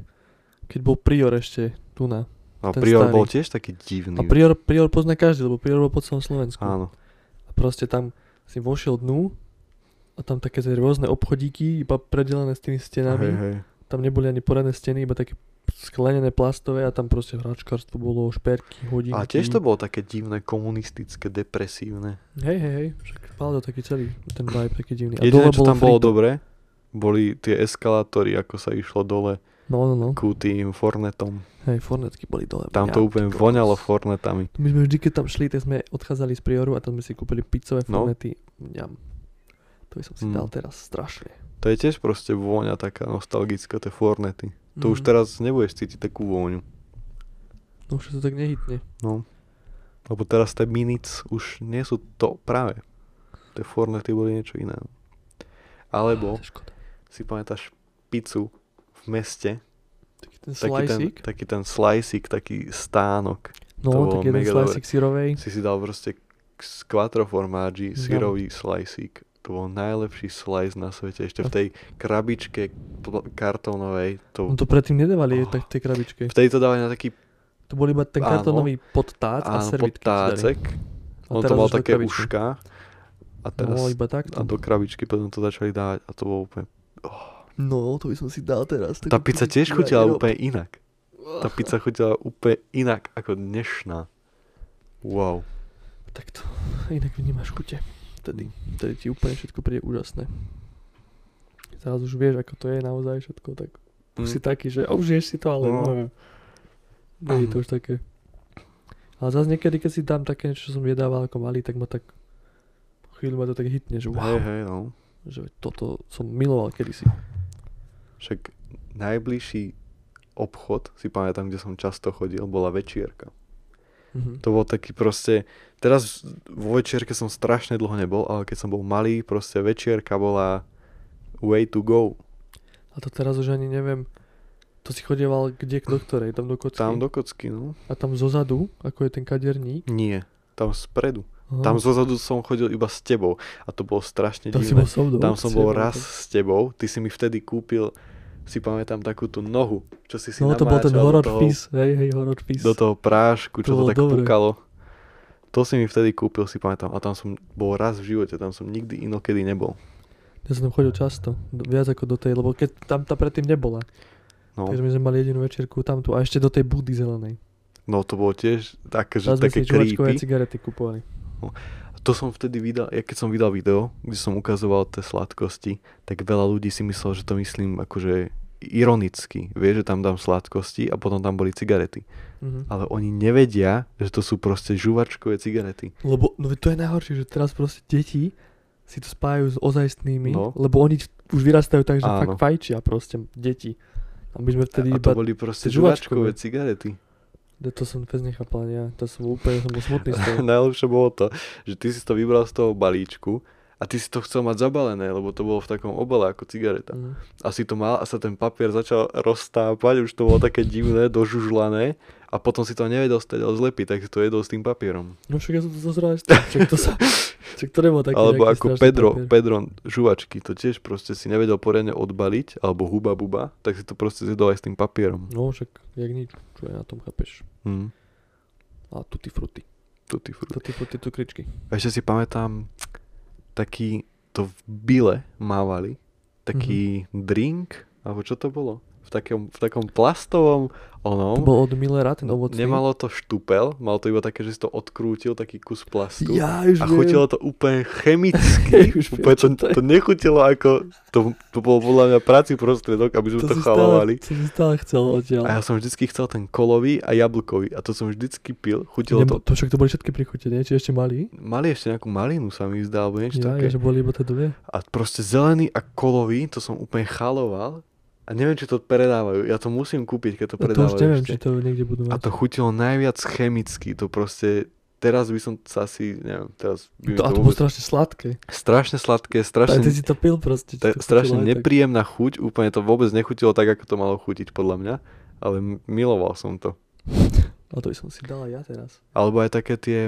Speaker 1: keď bol Prior ešte tu na.
Speaker 2: A
Speaker 1: Ten
Speaker 2: Prior
Speaker 1: starý.
Speaker 2: bol tiež taký
Speaker 1: A
Speaker 2: divný.
Speaker 1: Prior, Prior pozná každý, lebo Prior bol po celom Slovensku.
Speaker 2: Áno.
Speaker 1: A proste tam si vošiel dnu a tam také tie rôzne obchodíky, iba predelené s tými stenami.
Speaker 2: Hej, hej.
Speaker 1: Tam neboli ani poradné steny, iba také sklenené plastové a tam proste hračkárstvo bolo, šperky, hodinky.
Speaker 2: A tiež to bolo také divné, komunistické, depresívne.
Speaker 1: Hej, hej, hej. Však mal to taký celý, ten vibe taký divný. A
Speaker 2: Jediné,
Speaker 1: dole
Speaker 2: čo tam bolo
Speaker 1: free-
Speaker 2: dobre, boli tie eskalátory, ako sa išlo dole
Speaker 1: No, no, no.
Speaker 2: ku tým fornetom.
Speaker 1: Hej, fornetky boli dole.
Speaker 2: Tam
Speaker 1: Ja,
Speaker 2: to úplne
Speaker 1: ty kokos.
Speaker 2: voňalo fornetami.
Speaker 1: My sme vždy, keď tam šli, tak sme odchádzali z Prioru a tam sme si kúpili pizzové
Speaker 2: No.
Speaker 1: fornety. Mňam. To by som si
Speaker 2: Mm.
Speaker 1: dal teraz strašne.
Speaker 2: To je tiež proste vôňa taká nostalgická, tie fornety. To
Speaker 1: Mm.
Speaker 2: už teraz nebudeš cítiť takú vôňu.
Speaker 1: No už sa to tak nehytne.
Speaker 2: No. Lebo teraz tie minic už nie sú to práve. Tie fornety boli niečo iné. no. Alebo
Speaker 1: To je škoda.
Speaker 2: si pamätáš pizzu v meste.
Speaker 1: Taký ten
Speaker 2: Taký ten,
Speaker 1: sliceík.
Speaker 2: taký ten sliceík, taký stánok. to
Speaker 1: No,
Speaker 2: bolo
Speaker 1: tak jeden
Speaker 2: mega
Speaker 1: sliceík syrovej.
Speaker 2: Si si dal proste s quattro formáži,
Speaker 1: Dám.
Speaker 2: syrový slajsík. To bol najlepší slice na svete, ešte v tej krabičke pl- kartónovej.
Speaker 1: No
Speaker 2: To,
Speaker 1: to predtým nedávali
Speaker 2: Oh.
Speaker 1: tak v tej krabičke.
Speaker 2: v tejto dávali na taký
Speaker 1: To bol iba ten
Speaker 2: Áno.
Speaker 1: kartónový podtác a
Speaker 2: áno,
Speaker 1: servitky. si dali.
Speaker 2: podtácek.
Speaker 1: A
Speaker 2: On to
Speaker 1: teraz
Speaker 2: mal
Speaker 1: už do
Speaker 2: také
Speaker 1: krabičky.
Speaker 2: uška. A
Speaker 1: To
Speaker 2: teraz
Speaker 1: bolo iba takto.
Speaker 2: a do krabičky potom to začali dávať a to bolo úplne...
Speaker 1: No, to by som si dal teraz.
Speaker 2: Tá
Speaker 1: takú
Speaker 2: pizza tiež
Speaker 1: pizzu,
Speaker 2: chutila
Speaker 1: ja
Speaker 2: úplne inak. Tá
Speaker 1: Ach,
Speaker 2: pizza chutila úplne inak ako dnešná. Wow.
Speaker 1: Takto. Inak vnímaš chute. Vtedy,
Speaker 2: Mm.
Speaker 1: vtedy ti úplne všetko príde úžasné. Teraz už vieš, ako to je naozaj všetko, tak už si taký, že a užiješ si to, ale no.
Speaker 2: Mm. No. Mm.
Speaker 1: no je to už také. Ale zase niekedy, keď si dám také niečo, čo som jedával ako malý, tak ma tak chvíľu ma to tak hitne, že
Speaker 2: Hej,
Speaker 1: wow,
Speaker 2: hej, no.
Speaker 1: že toto som miloval kedysi.
Speaker 2: Však najbližší obchod, si pamätám, kde som často chodil, bola večierka.
Speaker 1: Mhm.
Speaker 2: To bol taký proste, teraz vo večierke som strašne dlho nebol, ale keď som bol malý, proste večierka bola way to go.
Speaker 1: A to teraz už ani neviem, to si chodieval kde k doktorej, tam do kocky.
Speaker 2: Tam do kocky, no.
Speaker 1: A tam zozadu, ako je ten kaderník.
Speaker 2: Nie, tam spredu.
Speaker 1: Aha.
Speaker 2: Tam zozadu som chodil iba s tebou a to bolo strašne
Speaker 1: No. tam si
Speaker 2: divné.
Speaker 1: bol so mnou.
Speaker 2: Tam som bol
Speaker 1: Si
Speaker 2: raz
Speaker 1: pamätám.
Speaker 2: s tebou, ty si mi vtedy kúpil, si pamätám, takú tú nohu, čo si si
Speaker 1: No to bol ten
Speaker 2: namáčal
Speaker 1: horor
Speaker 2: do toho,
Speaker 1: fis, hej, hej, horor fis.
Speaker 2: do toho prášku,
Speaker 1: To
Speaker 2: čo to,
Speaker 1: bolo
Speaker 2: tak
Speaker 1: dobré.
Speaker 2: pukalo. To si mi vtedy kúpil, si pamätám. A tam som bol raz v živote, tam som nikdy inokedy nebol.
Speaker 1: Ja som tam chodil často, do- viac ako do tej, lebo keď tam tá predtým nebola.
Speaker 2: No,
Speaker 1: Takže my sme mali jedinú večierku tamtu a ešte do tej budy zelenej.
Speaker 2: no to bolo tiež také, že
Speaker 1: Tam sme
Speaker 2: také
Speaker 1: si čuvačkové
Speaker 2: creepy.
Speaker 1: cigarety kupovali.
Speaker 2: To som vtedy vydal, ja keď som vydal video, kde som ukazoval tie sladkosti, tak veľa ľudí si myslelo, že to myslím akože ironicky. Vieš, že tam dám sladkosti a potom tam boli cigarety.
Speaker 1: Mhm.
Speaker 2: ale oni nevedia, že to sú proste žuvačkové cigarety.
Speaker 1: Lebo no, veď to je najhoršie, že teraz proste deti si to spájajú s ozajstnými,
Speaker 2: No.
Speaker 1: lebo oni v- už vyrastajú tak, že
Speaker 2: Áno.
Speaker 1: fakt fajčia proste deti. A my sme vtedy
Speaker 2: a
Speaker 1: iba...
Speaker 2: to boli proste
Speaker 1: žuvačkové.
Speaker 2: žuvačkové cigarety.
Speaker 1: Ja To som vôbec nechápal, ja. To som úplne som bol smutný z toho.
Speaker 2: Najlepšie bolo to, že ty si to vybral z toho balíčku a ty si to chcel mať zabalené, lebo to bolo v takom obale ako cigareta.
Speaker 1: Mhm.
Speaker 2: A si to mal a sa ten papier začal roztápať, už to bolo také divné, dožužlané a potom si to nevedel stať zlepiť, tak si to jedol s tým papierom.
Speaker 1: No však ja som to zozral aj s tým, však to sa... Však to nebolo taký
Speaker 2: alebo
Speaker 1: nejaký
Speaker 2: ako
Speaker 1: strašný
Speaker 2: Pedro,
Speaker 1: papier.
Speaker 2: Pedro žuvačky, to tiež proste si nevedel poriadne odbaliť, alebo huba buba, tak si to proste zjedol aj s tým papierom.
Speaker 1: No však, jak nič, čo je na tom, chápeš.
Speaker 2: Hm,
Speaker 1: A tutti frutti.
Speaker 2: tutti frutti.
Speaker 1: Tutti frutti cukričky.
Speaker 2: A Ešte si pamätám, taký, to v Bile mávali, taký
Speaker 1: Mhm.
Speaker 2: drink, alebo čo to bolo? V takom, v takom plastovom
Speaker 1: To
Speaker 2: onom.
Speaker 1: bol od Millera, ten ovocný.
Speaker 2: Nemalo to štupel, mal to iba také, že si to odkrútil, taký kus plastu.
Speaker 1: Ja už
Speaker 2: a
Speaker 1: viem.
Speaker 2: chutilo to úplne chemicky.
Speaker 1: Už viem,
Speaker 2: úplne
Speaker 1: čo
Speaker 2: to,
Speaker 1: to je.
Speaker 2: to, nechutilo ako... To, to bolo podľa mňa práci prostriedok, aby sme to,
Speaker 1: si
Speaker 2: chalovali.
Speaker 1: Stále, to si stále chcel odtiaľ.
Speaker 2: A ja som vždycky chcel ten kolový a jablkový. A to som vždycky pil. Chutilo
Speaker 1: Nebo,
Speaker 2: to...
Speaker 1: to však to boli všetky prichute, nie? Či ešte mali?
Speaker 2: Mali ešte nejakú malinu, sa mi zdá, alebo niečo
Speaker 1: Ja,
Speaker 2: také.
Speaker 1: ja, že boli iba tie dve.
Speaker 2: A proste zelený a kolový, to som úplne chaloval. A neviem, či to predávajú. Ja to musím kúpiť,
Speaker 1: No,
Speaker 2: keď to
Speaker 1: to
Speaker 2: predávajú.
Speaker 1: už neviem, či
Speaker 2: ešte.
Speaker 1: to niekde budú
Speaker 2: A
Speaker 1: mať.
Speaker 2: to chutilo najviac chemicky. To proste... Teraz by som sa asi... Neviem, teraz by mi
Speaker 1: to, a to bolo
Speaker 2: vôbec...
Speaker 1: strašne sladké.
Speaker 2: Strašne sladké,
Speaker 1: Aj
Speaker 2: strašne...
Speaker 1: ty si to pil proste. ti
Speaker 2: ta-
Speaker 1: to
Speaker 2: strašne
Speaker 1: chutilo aj tak.
Speaker 2: nepríjemná chuť, úplne to vôbec nechutilo tak, ako to malo chutiť podľa mňa, ale m- miloval som to.
Speaker 1: A to by som si dal aj ja teraz.
Speaker 2: Alebo aj také tie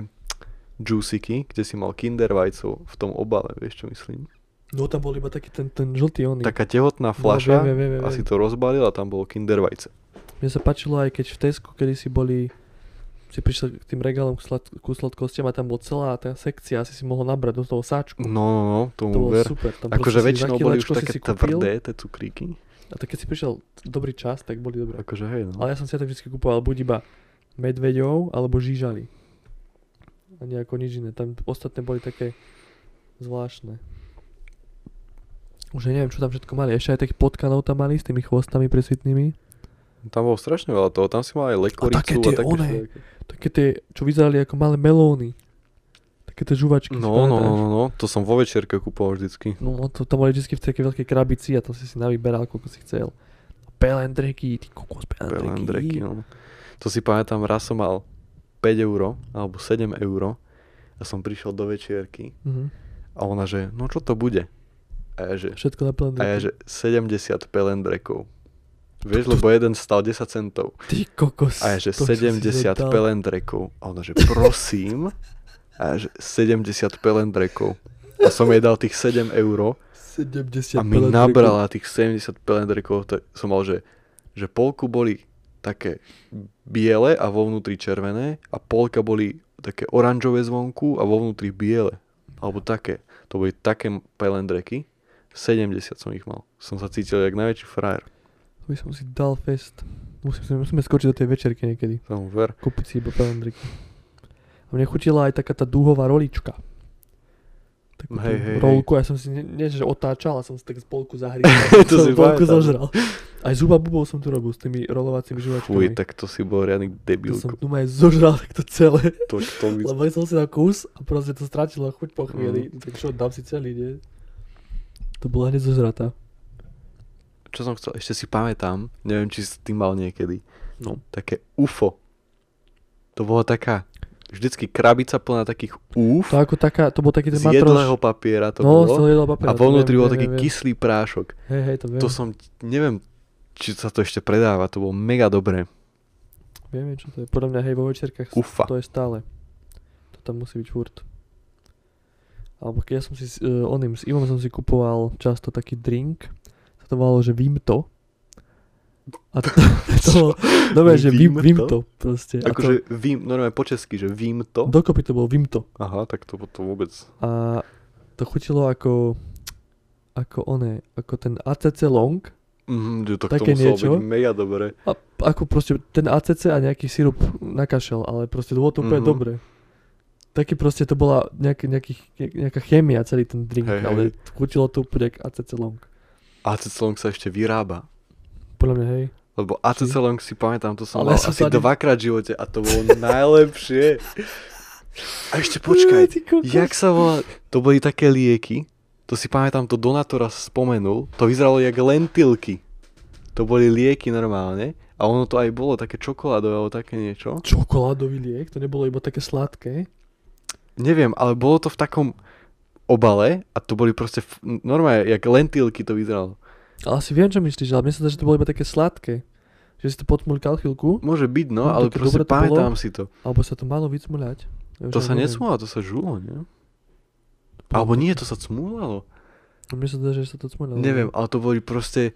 Speaker 2: juiciky, kde si mal kinder vajcov v tom obale, vieš čo myslím?
Speaker 1: No tam bol iba taký ten, ten žltý oný.
Speaker 2: Taká
Speaker 1: No,
Speaker 2: tehotná fľaša,
Speaker 1: viem, viem, viem,
Speaker 2: asi
Speaker 1: viem.
Speaker 2: to rozbalil a tam bolo kinder vajce.
Speaker 1: Mne sa páčilo aj keď v Tesku, kedy si boli si prišiel k tým regálom k, slad, ku sladkostiam a tam bola celá tá sekcia, asi si mohol nabrať do toho sáčku.
Speaker 2: No, no, no,
Speaker 1: To
Speaker 2: tomu
Speaker 1: bolo
Speaker 2: ver.
Speaker 1: super. Tam
Speaker 2: Akože
Speaker 1: proste si za
Speaker 2: väčšinou boli už
Speaker 1: kilačko si
Speaker 2: také
Speaker 1: si kúpil
Speaker 2: tvrdé, tie cukríky.
Speaker 1: A tak keď si prišiel dobrý čas, tak boli dobré.
Speaker 2: Akože hej, no.
Speaker 1: Ale ja som si ja tak vždy kupoval buď iba medveďov, alebo žížaly. A nejako nič iné. Tam ostatné boli také zvláštne. Už ja neviem, čo tam všetko mali. Ešte aj takých potkanov tam mali s tými chvostami presvitnými.
Speaker 2: Tam bolo strašne veľa toho, tam si mal aj lekoricu a
Speaker 1: také
Speaker 2: také,
Speaker 1: tie
Speaker 2: také
Speaker 1: one.
Speaker 2: všelijaké.
Speaker 1: Také tie, čo vyzerali ako malé melóny. Také tie žuvačky. si
Speaker 2: No, no, no,
Speaker 1: pamätáš?
Speaker 2: no, no, to som vo večerke kupoval vždycky.
Speaker 1: no. to, tam boli vždy v takej veľkej krabici a tam si si navyberal, koľko si chcel. Pelendreky, ty kokos, pelendreky.
Speaker 2: Pelendreky, no. To si pamätám, raz som mal 5 euro, alebo 7 euro a som prišiel do večierky
Speaker 1: Mhm.
Speaker 2: a ona že, no čo to bude? A ja že,
Speaker 1: Všetko na
Speaker 2: a
Speaker 1: pelendreky.
Speaker 2: ja, že 70 pelendrekov. Vieš, lebo jeden stal 10 centov.
Speaker 1: Ty kokos.
Speaker 2: A ja, že
Speaker 1: to som si
Speaker 2: 70
Speaker 1: zobral.
Speaker 2: pelendrekov. A ona, že prosím. až 70 pelendrekov. A som jej dal tých 7 eur
Speaker 1: 70
Speaker 2: a mi nabrala tých 70 pelendrekov. To som mal, že, že polku boli také biele a vo vnútri červené a polka boli také oranžové zvonku a vo vnútri biele. Alebo také. To boli také pelendreky. 70 som ich mal. Som sa cítil jak najväčší frajer.
Speaker 1: To by som si dal fest. Musím, si- musíme skočiť do tej večerky niekedy.
Speaker 2: Som ver.
Speaker 1: Kúpiť si iba pelendriky. A mne chutila aj taká tá dúhová rolička. Takú
Speaker 2: Hej,
Speaker 1: hej,
Speaker 2: hej, hej.
Speaker 1: rolku, ja som si, ne, nie, že otáčal, ale som si tak z polku zahrízal.
Speaker 2: To
Speaker 1: som
Speaker 2: si
Speaker 1: polku
Speaker 2: pamätám.
Speaker 1: zožral. Aj zuba bubov som tu robil s tými rolovacími
Speaker 2: Fuj,
Speaker 1: žuvačkami.
Speaker 2: tak to si bol riadny
Speaker 1: Ja som
Speaker 2: debilko.
Speaker 1: tu aj zožral tak to celé.
Speaker 2: To, to by...
Speaker 1: Lebo som si dal kus a proste to strátilo chuť
Speaker 2: Mhm.
Speaker 1: po chvíli. Tak čo, dám si celý, nie? To bola hneď zožratá.
Speaker 2: Čo som chcel? Ešte si pamätám. Neviem, či si tým mal niekedy.
Speaker 1: No.
Speaker 2: Také UFO. To bola taká vždycky krabica plná takých úf
Speaker 1: To ako taká, to bol taký ten
Speaker 2: z
Speaker 1: matroš.
Speaker 2: jedlého papiera to
Speaker 1: no, z toho
Speaker 2: bolo.
Speaker 1: jedlého papiera.
Speaker 2: A
Speaker 1: to
Speaker 2: vo vnútri
Speaker 1: viem,
Speaker 2: bol
Speaker 1: viem,
Speaker 2: taký
Speaker 1: viem.
Speaker 2: kyslý prášok.
Speaker 1: Hej, hej, to viem.
Speaker 2: To som, neviem, či sa to ešte predáva, to bolo mega dobré.
Speaker 1: Viem, viem, čo to je. Podľa mňa, hej, vo večerkách s-
Speaker 2: Ufa.
Speaker 1: to je stále. To tam musí byť furt. Alebo keď ja som si s uh, oným, s Ivom som si kupoval často taký drink. Sa to volalo, že vím to. A to, to bolo, dobre, že vím, vím
Speaker 2: Vím to?
Speaker 1: to proste. A to,
Speaker 2: Akože vím, normálne po česky, že vím to.
Speaker 1: dokopy to bolo vím to.
Speaker 2: Aha, tak to, to vôbec.
Speaker 1: A to chutilo ako ako one, ako ten ACC long,
Speaker 2: Mm, že to, to
Speaker 1: Také
Speaker 2: muselo
Speaker 1: niečo?
Speaker 2: byť mega dobré.
Speaker 1: a ako proste ten ACC a nejaký sirup na kašel, ale proste bolo to úplne
Speaker 2: Mhm.
Speaker 1: dobre. Taký proste to bola nejaký, nejaký, nejaká chémia celý ten drink,
Speaker 2: Hej,
Speaker 1: hey,
Speaker 2: hej.
Speaker 1: ale chutilo to úplne jak ACC long.
Speaker 2: ACC Long sa ešte vyrába.
Speaker 1: Podľa mňa, hej.
Speaker 2: Lebo ACC Long si pamätám, to som
Speaker 1: Ale ja
Speaker 2: ale mal
Speaker 1: som
Speaker 2: asi
Speaker 1: sa ani-
Speaker 2: dvakrát v živote a to bolo najlepšie. A ešte
Speaker 1: Ué,
Speaker 2: počkaj,
Speaker 1: ty kokos.
Speaker 2: jak sa volá, to boli také lieky, to si pamätám, to Donatora spomenul, to vyzeralo jak lentilky. To boli lieky normálne a ono to aj bolo také čokoládové alebo také niečo.
Speaker 1: Čokoládový liek, to nebolo iba také sladké.
Speaker 2: Neviem, ale bolo to v takom obale a to boli proste f- normálne, jak lentilky to vyzeralo.
Speaker 1: Ale asi viem, čo myslíš, ale mne sa zdá, že to bolo iba také sladké. Že si to potmulkal chvíľku,
Speaker 2: Môže byť, no,
Speaker 1: No,
Speaker 2: ale
Speaker 1: také
Speaker 2: proste
Speaker 1: dobré to bolo.
Speaker 2: pamätám si to.
Speaker 1: alebo sa to malo vycmuľať. Ja už
Speaker 2: To
Speaker 1: ani
Speaker 2: sa
Speaker 1: neviem.
Speaker 2: nesmúlalo, to sa žulo, nie? Alebo nie, to sa cmúlalo.
Speaker 1: Mne sa zdá, že sa to cmuľalo.
Speaker 2: Neviem, ale to boli proste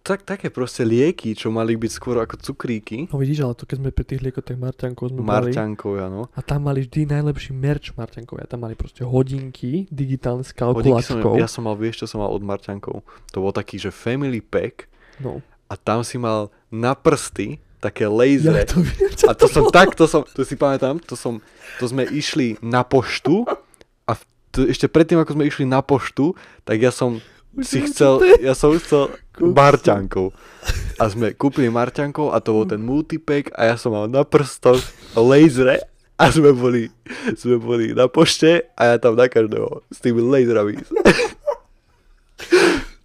Speaker 2: tak, také proste lieky, čo mali byť skôr ako cukríky.
Speaker 1: No vidíš, ale to keď sme pri tých liekoch, tak Marťankov sme brali.
Speaker 2: Marťankov, áno.
Speaker 1: A tam mali vždy najlepší merch Marťankovia. Tam mali proste hodinky digitálne s
Speaker 2: Hodinky som,
Speaker 1: kalkuláčkou.
Speaker 2: ja som mal, vieš, čo som mal od Marťankov. To bol taký, že family pack
Speaker 1: No.
Speaker 2: a tam si mal na prsty také
Speaker 1: Ja
Speaker 2: lasery.
Speaker 1: to viem, čo
Speaker 2: A to som
Speaker 1: bolo.
Speaker 2: tak, to som, to si pamätám, to som, to sme išli na poštu a v, to, ešte predtým, ako sme išli na poštu, tak ja som
Speaker 1: Už
Speaker 2: si
Speaker 1: viem, čo
Speaker 2: chcel,
Speaker 1: to je.
Speaker 2: ja som chcel
Speaker 1: Kokos.
Speaker 2: Marťankov. A sme kúpili Marťankov a to bol ten multipack a ja som mal na prstoch lasery a sme boli, sme boli na pošte a ja tam na každého s tými laserami.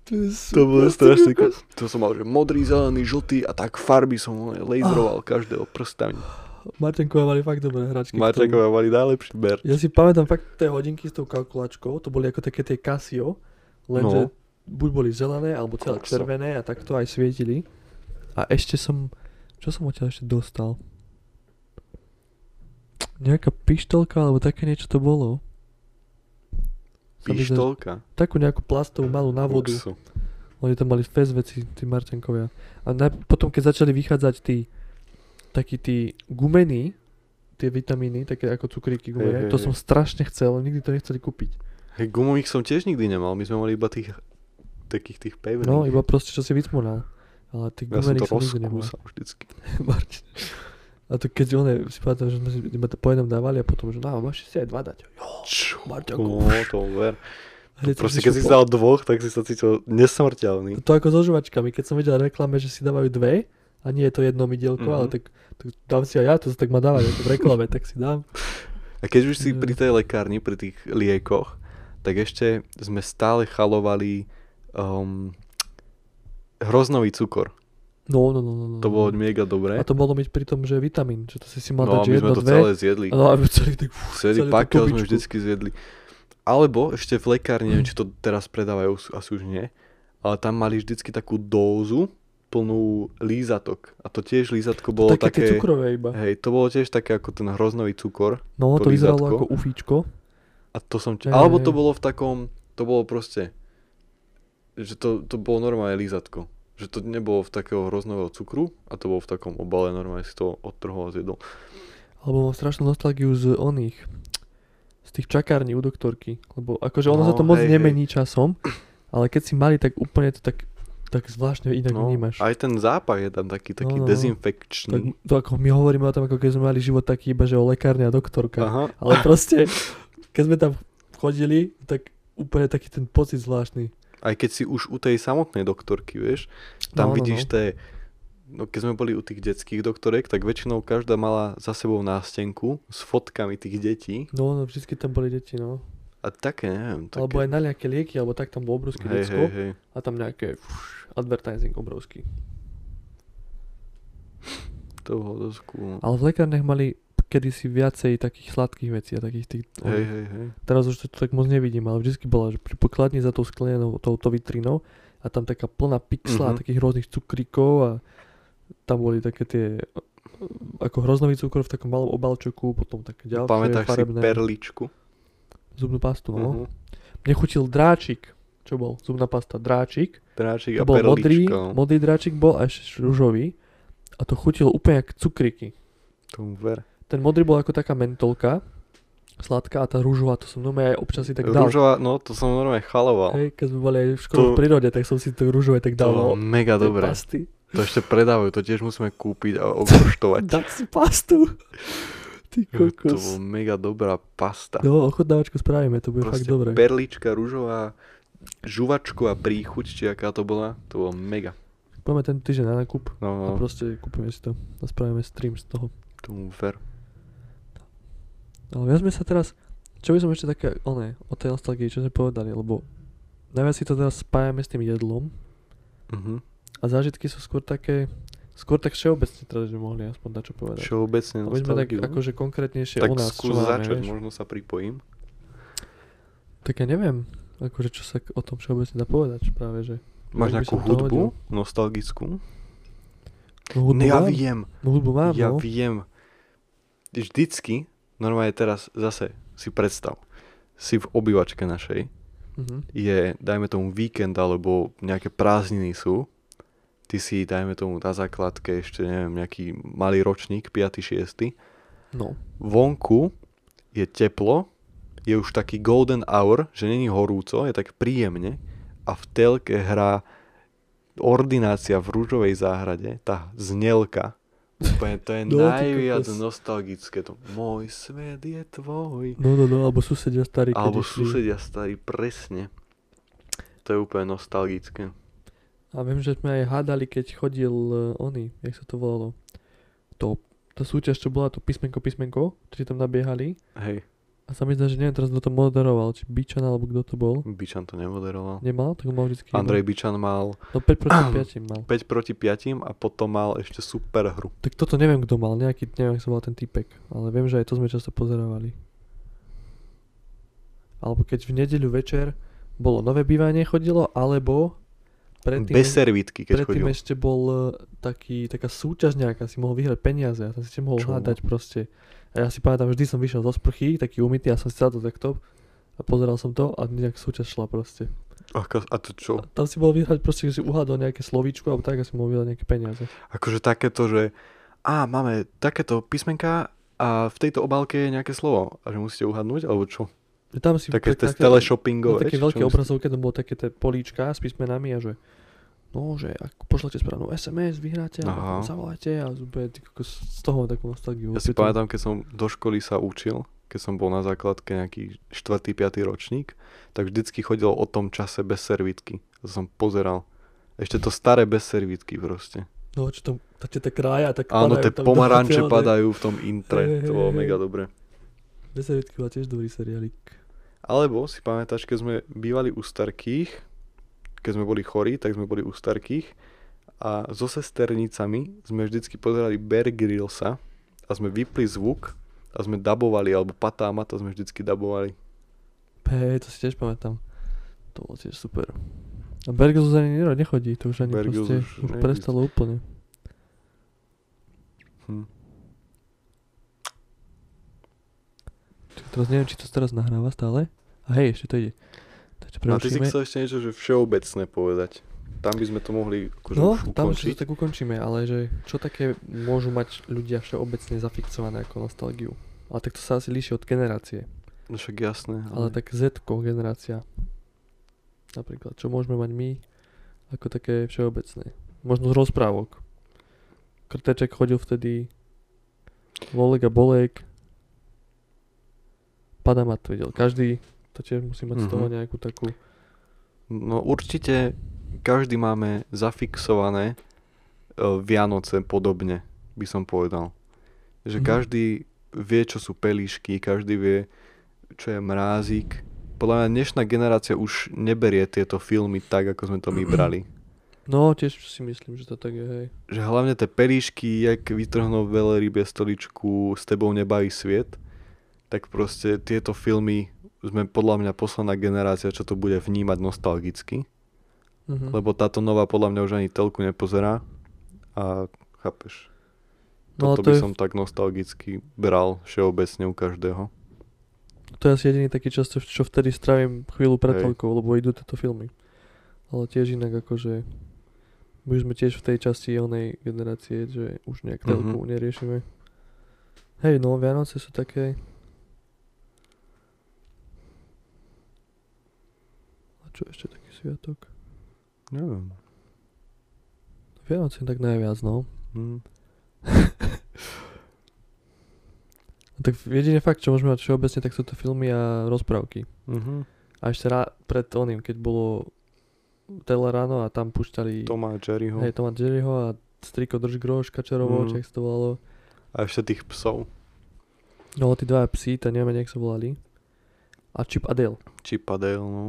Speaker 1: To, je
Speaker 2: To bolo
Speaker 1: super, ty
Speaker 2: strašne...
Speaker 1: kokos.
Speaker 2: ko- To som mal, že modrý, zelený, žltý a tak farby som len laseroval
Speaker 1: Ah.
Speaker 2: každého prstami.
Speaker 1: Marťankovia mali fakt dobré hračky. ktoré-
Speaker 2: Marťankové mali najlepší ber.
Speaker 1: Ja si pamätám fakt tie hodinky s tou kalkulačkou. To boli ako také tie Casio. Lenže
Speaker 2: No.
Speaker 1: buď boli zelené, alebo celé
Speaker 2: Kokso.
Speaker 1: červené a takto aj svietili. A ešte som... Čo som odtiaľ ešte dostal? Nejaká pištolka, alebo také niečo to bolo. Sa mi zdá, že-
Speaker 2: Pištolka.
Speaker 1: takú nejakú plastovú malú na vodu.
Speaker 2: Kokso.
Speaker 1: Oni tam mali fest veci, tí Martenkovia. A naj- potom, keď začali vychádzať tí, takí tí gumení, tie vitamíny, také ako cukríky gumené,
Speaker 2: hej,
Speaker 1: to
Speaker 2: hej.
Speaker 1: som strašne chcel, ale nikdy to nechceli kúpiť.
Speaker 2: Hej, gumových som tiež nikdy nemal, my sme mali iba tých takých tých pevných.
Speaker 1: No, iba proste, čo si vycmúral. Ale tých
Speaker 2: ja som to
Speaker 1: gumených som, nikdy nemal.
Speaker 2: rozkúsal vždycky.
Speaker 1: Martin. A to keď one, si pamätám, že sme si iba to po jednom dávali a potom, že no, máš si aj dva dať.
Speaker 2: Čo?
Speaker 1: Marťanku.
Speaker 2: No, to ver.
Speaker 1: Hneď som
Speaker 2: Proste keď si
Speaker 1: šupol.
Speaker 2: dal dvoch, tak si sa cítil nesmrteľný.
Speaker 1: To ako so žuvačkami, keď som videl v reklame, že si dávajú dve a nie je to jedno mydielko,
Speaker 2: Mhm.
Speaker 1: ale tak, tak dám si aj ja, to sa tak má dávať ako v reklame, tak si dám.
Speaker 2: A keď už si
Speaker 1: Mm.
Speaker 2: pri tej lekárni, pri tých liekoch, tak ešte sme stále chalovali um, hroznový cukor.
Speaker 1: No, no, no, no. no.
Speaker 2: Mm. To bolo mega dobré.
Speaker 1: A to bolo byť pri tom, že vitamín, že to si si mal
Speaker 2: No a
Speaker 1: dať, že
Speaker 2: my sme
Speaker 1: jedno,
Speaker 2: to
Speaker 1: dve.
Speaker 2: celé zjedli.
Speaker 1: No a my celý tak... fú,
Speaker 2: Celý
Speaker 1: celú tú
Speaker 2: pakel sme
Speaker 1: kubičku.
Speaker 2: vždycky zjedli. Alebo ešte v lekárni, neviem, či to teraz predávajú, sú- asi už nie, ale tam mali vždycky takú dózu, plnú lízatok. A to tiež lízatko bolo
Speaker 1: také, tie
Speaker 2: také...
Speaker 1: cukrové iba.
Speaker 2: hej, to bolo tiež také ako ten hroznový cukor.
Speaker 1: No, to,
Speaker 2: to
Speaker 1: vyzeralo
Speaker 2: lízatko.
Speaker 1: ako ufíčko.
Speaker 2: A to som...
Speaker 1: Hej,
Speaker 2: Či... Alebo
Speaker 1: hej.
Speaker 2: to bolo v takom... To bolo proste... Že to, to bolo normálne lízatko. Že to nebolo v takého hroznového cukru a to bolo v takom obale, normálne si to odtrhol a zjedol.
Speaker 1: Alebo mám strašnú nostalgiu z oných, z tých čakární u doktorky. Lebo akože ono
Speaker 2: No,
Speaker 1: sa to moc
Speaker 2: hej,
Speaker 1: nemení časom, ale keď si mali, tak úplne to tak, tak zvláštne inak
Speaker 2: No,
Speaker 1: vnímaš.
Speaker 2: aj ten zápach je tam taký, taký
Speaker 1: No, no, no. Tak,
Speaker 2: dezinfekčný.
Speaker 1: to ako my hovoríme o tom, ako keď sme mali život taký iba, že o lekárne a doktorka. Aha.
Speaker 2: Aha.
Speaker 1: Ale proste, keď sme tam chodili, tak úplne taký ten pocit zvláštny.
Speaker 2: Aj keď si už u tej samotnej doktorky, vieš,
Speaker 1: No,
Speaker 2: tam
Speaker 1: no,
Speaker 2: vidíš
Speaker 1: no.
Speaker 2: tie... No keď sme boli u tých detských doktorek, tak väčšinou každá mala za sebou nástenku s fotkami tých detí.
Speaker 1: No, no vždycky tam boli deti, no.
Speaker 2: A také, neviem, také...
Speaker 1: Také. Alebo aj na nejaké lieky, alebo tak tam bolo obrovské
Speaker 2: hej,
Speaker 1: decko
Speaker 2: hej, hej.
Speaker 1: a tam nejaké fúš, advertising obrovský.
Speaker 2: To bolo dosť cool.
Speaker 1: Ale v lekárniach mali kedysi viacej takých sladkých vecí a takých tých... no.
Speaker 2: Hej, hej, hej.
Speaker 1: Teraz už to tak moc nevidím, ale vždycky bola, že pri pokladni za tou sklenou, touto vitrinou a tam taká plná pixla
Speaker 2: Mhm.
Speaker 1: mm-hmm. takých rôznych cukríkov a tam boli také tie e, ako hroznový cukor v takom malom obalčeku, potom také ďalšie
Speaker 2: Pamätáš si
Speaker 1: farebné
Speaker 2: perličku?
Speaker 1: zubnú pastu. No.
Speaker 2: Mhm.
Speaker 1: Mne chutil dráčik, čo bol zubná pasta, dráčik.
Speaker 2: Dráčik
Speaker 1: To
Speaker 2: a
Speaker 1: bol modrý,
Speaker 2: perlička. no.
Speaker 1: modrý dráčik bol až rúžový a to chutilo úplne jak cukriky.
Speaker 2: Tomu ver.
Speaker 1: Ten modrý bol ako taká mentolka, sladká a tá rúžová, to som normálne aj občas si tak dal.
Speaker 2: Rúžová, no to som normálne chaloval.
Speaker 1: Hej, keď sme boli aj v škole
Speaker 2: To-
Speaker 1: v prírode, tak som si to rúžové tak
Speaker 2: to
Speaker 1: dal. No,
Speaker 2: bolo mega
Speaker 1: do tej
Speaker 2: dobré.
Speaker 1: Pasty.
Speaker 2: To ešte predávajú, to tiež musíme kúpiť a okoštovať.
Speaker 1: Dať si pastu. Ty
Speaker 2: To
Speaker 1: kokos.
Speaker 2: bolo mega dobrá pasta.
Speaker 1: No, ochotnávačku spravíme, to bude fakt
Speaker 2: Proste
Speaker 1: dobré.
Speaker 2: perlička, rúžová, žuvačku a príchuť, či aká to bola, to bolo mega.
Speaker 1: Poďme ten týždeň na nákup a
Speaker 2: No, no,
Speaker 1: proste kúpime si to a spravíme stream z toho.
Speaker 2: tomu ver.
Speaker 1: Ale viac sme sa teraz, čo by som ešte také, oné, o tej nostalgii, čo sme povedali, lebo najviac si to teraz spájame s tým jedlom
Speaker 2: Mhm.
Speaker 1: a zážitky sú skôr také, skôr tak všeobecne teraz, že mohli aspoň dať čo povedať.
Speaker 2: Všeobecne
Speaker 1: Aby sme tak
Speaker 2: nostalgiu.
Speaker 1: akože konkrétnejšie
Speaker 2: tak
Speaker 1: o nás,
Speaker 2: skús
Speaker 1: čo máme,
Speaker 2: začať,
Speaker 1: vieš.
Speaker 2: možno sa pripojím.
Speaker 1: Tak ja neviem, akože čo sa k- o tom všeobecne dá povedať práve, že... Možno
Speaker 2: Máš
Speaker 1: by som
Speaker 2: nejakú
Speaker 1: to
Speaker 2: hudbu
Speaker 1: hodil.
Speaker 2: nostalgickú?
Speaker 1: No hudbu
Speaker 2: ne, ja
Speaker 1: mám,
Speaker 2: viem,
Speaker 1: no hudbu mám,
Speaker 2: ja
Speaker 1: no.
Speaker 2: viem. Vždycky, normálne teraz zase si predstav, si v obývačke našej,
Speaker 1: Mhm.
Speaker 2: je, dajme tomu, víkend alebo nejaké prázdniny sú, ty si, dajme tomu, na základke ešte, neviem, nejaký malý ročník, 5. 6.
Speaker 1: No,
Speaker 2: Vonku je teplo, je už taký golden hour, že není horúco, je tak príjemne a v telke hrá ordinácia v rúžovej záhrade, tá znelka. Úplne to je
Speaker 1: No, ty
Speaker 2: najviac
Speaker 1: kokos.
Speaker 2: nostalgické. To. Môj svet je tvoj.
Speaker 1: no, no, no alebo susedia starí, keď
Speaker 2: Alebo
Speaker 1: išli.
Speaker 2: susedia starí, presne. To je úplne nostalgické.
Speaker 1: A viem, že sme aj hádali, keď chodil uh, oný, jak sa to volalo, to, tá súťaž, čo bola, to písmenko, písmenko, čo si tam nabiehali.
Speaker 2: Hej,
Speaker 1: A sa mi zdá, že neviem teraz, kto to moderoval, či Bičan, alebo kto to bol.
Speaker 2: Byčan to nemoderoval.
Speaker 1: Nemal, tak ho mal vždycky.
Speaker 2: No. Andrej Byčan mal
Speaker 1: jedno. No 5 proti 5 mal.
Speaker 2: 5 proti 5 a potom mal ešte super hru.
Speaker 1: Tak toto neviem, kto mal, nejaký, neviem, ako sa volal ten typek, ale viem, že aj to sme často pozerovali. Alebo keď v nedeľu večer bolo nové bývanie chodilo, alebo predtým,
Speaker 2: Bez servítky, keď
Speaker 1: predtým
Speaker 2: chodil.
Speaker 1: ešte bol e, taký, taká súťaž nejaká, si mohol vyhrať peniaze a tam si mohol
Speaker 2: Čo?
Speaker 1: Čo? hľadať proste. A ja si pamätám, vždy som vyšiel zo sprchy, taký umytý, ja som si sadol takto a pozeral som to a nejak súťaž šla proste.
Speaker 2: Ako, a to čo?
Speaker 1: A tam si mohol vyhrať proste, že si uhádol nejaké slovíčko alebo tak a si mohol vyhrať nejaké peniaze.
Speaker 2: Akože takéto, že a máme takéto písmenka a v tejto obálke je nejaké slovo. A že musíte uhadnúť, alebo čo?
Speaker 1: Že No Tam si
Speaker 2: Také tie
Speaker 1: také- No,
Speaker 2: teleshoppingové.
Speaker 1: také
Speaker 2: či
Speaker 1: veľké
Speaker 2: čo musíte-
Speaker 1: obrazovke, tam bolo také tie políčka s písmenami a že no, že ak pošlete správnu SMS, vyhráte a
Speaker 2: Aha.
Speaker 1: zavolajte a úplne ty kokos, z toho mám takú nostalgiu.
Speaker 2: Ja si
Speaker 1: Pritom-
Speaker 2: pamätám, keď som do školy sa učil, keď som bol na základke nejaký 4. 5. ročník, tak vždycky chodil o tom čase bez servítky. To som pozeral. Ešte to staré bez servítky proste.
Speaker 1: No, čo tam, tá, tie krája, tak
Speaker 2: Áno,
Speaker 1: padajú
Speaker 2: tie
Speaker 1: tam do-
Speaker 2: pomaranče
Speaker 1: do- do-
Speaker 2: padajú v tom intre.
Speaker 1: Hej,
Speaker 2: To bolo
Speaker 1: hej,
Speaker 2: mega
Speaker 1: hej.
Speaker 2: dobre.
Speaker 1: Desaťvitky bola tiež dobrý seriálik.
Speaker 2: Alebo si pamätáš, keď sme bývali u starkých, keď sme boli chorí, tak sme boli u starkých a so sesternicami sme vždycky pozerali Bear Grillsa a sme vypli zvuk a sme dabovali, alebo patáma, to sme vždycky dabovali.
Speaker 1: Hej, to si tiež pamätám. To bolo tiež super. A Bergels už ani nero- nechodí, to už ani
Speaker 2: Bergels
Speaker 1: proste,
Speaker 2: už
Speaker 1: už
Speaker 2: neexistuje.
Speaker 1: prestalo úplne.
Speaker 2: Hm.
Speaker 1: Čiže teraz neviem, či to teraz nahráva stále. A hej, ešte to ide. Takže
Speaker 2: No a ty si
Speaker 1: prerušíme.
Speaker 2: chcel ešte niečo že všeobecné povedať. Tam by sme to mohli akože
Speaker 1: No,
Speaker 2: už
Speaker 1: tam ešte
Speaker 2: ukončiť.
Speaker 1: to tak ukončíme, ale že čo také môžu mať ľudia všeobecne zafiksované ako nostalgiu. Ale tak to sa asi líši od generácie.
Speaker 2: No však jasné.
Speaker 1: Ale tak z generácia. Napríklad, čo môžeme mať my ako také všeobecné. Možno z rozprávok. Krteček chodil vtedy, Lolek a Bolek, Padamat videl každý, to tiež musí mať z toho
Speaker 2: Mhm.
Speaker 1: nejakú takú...
Speaker 2: No určite každý máme zafixované e, Vianoce podobne, by som povedal. Že
Speaker 1: Mhm.
Speaker 2: každý vie, čo sú pelíšky, každý vie, čo je mrázik. Podľa mňa dnešná generácia už neberie tieto filmy tak, ako sme to my brali.
Speaker 1: No, tiež si myslím, že to tak je, hej.
Speaker 2: Že hlavne tie pelíšky, jak vytrhnú veľrybie stoličku, s tebou nebaví sviet, tak proste tieto filmy sme podľa mňa posledná generácia, čo to bude vnímať nostalgicky.
Speaker 1: Mhm.
Speaker 2: Lebo táto nová podľa mňa už ani telku nepozerá. A chápeš.
Speaker 1: no, ale
Speaker 2: Toto
Speaker 1: to,
Speaker 2: by
Speaker 1: je,
Speaker 2: som tak nostalgicky bral všeobecne u každého.
Speaker 1: to je asi jediný taký čas, čo- čo vtedy strávim chvíľu pred
Speaker 2: Hej.
Speaker 1: telkou, lebo idú tieto filmy. Ale tiež inak akože... My už sme tiež v tej časti onej generácie, že už nejak
Speaker 2: Mhm.
Speaker 1: telku neriešime. Hej, no Vianoce sú také... A čo ešte taký sviatok?
Speaker 2: Neviem.
Speaker 1: Vianoce tak najviac, no.
Speaker 2: Hm.
Speaker 1: no tak jedine fakt, čo môžeme mať všeobecne, tak sú to filmy a rozprávky.
Speaker 2: Mhm.
Speaker 1: A ešte rá, pred oným, keď bolo tele ráno a tam pušťali Tom,
Speaker 2: Toma a Jerryho.
Speaker 1: hej, Toma Jerryho a Striko drž grož, Kačarovo,
Speaker 2: No.
Speaker 1: mm.
Speaker 2: Mm.
Speaker 1: čo to volalo.
Speaker 2: A ešte tých psov.
Speaker 1: No tí dva psi, to neviem, jak sa volali. A Chip a Dale.
Speaker 2: Chip a Dale, no.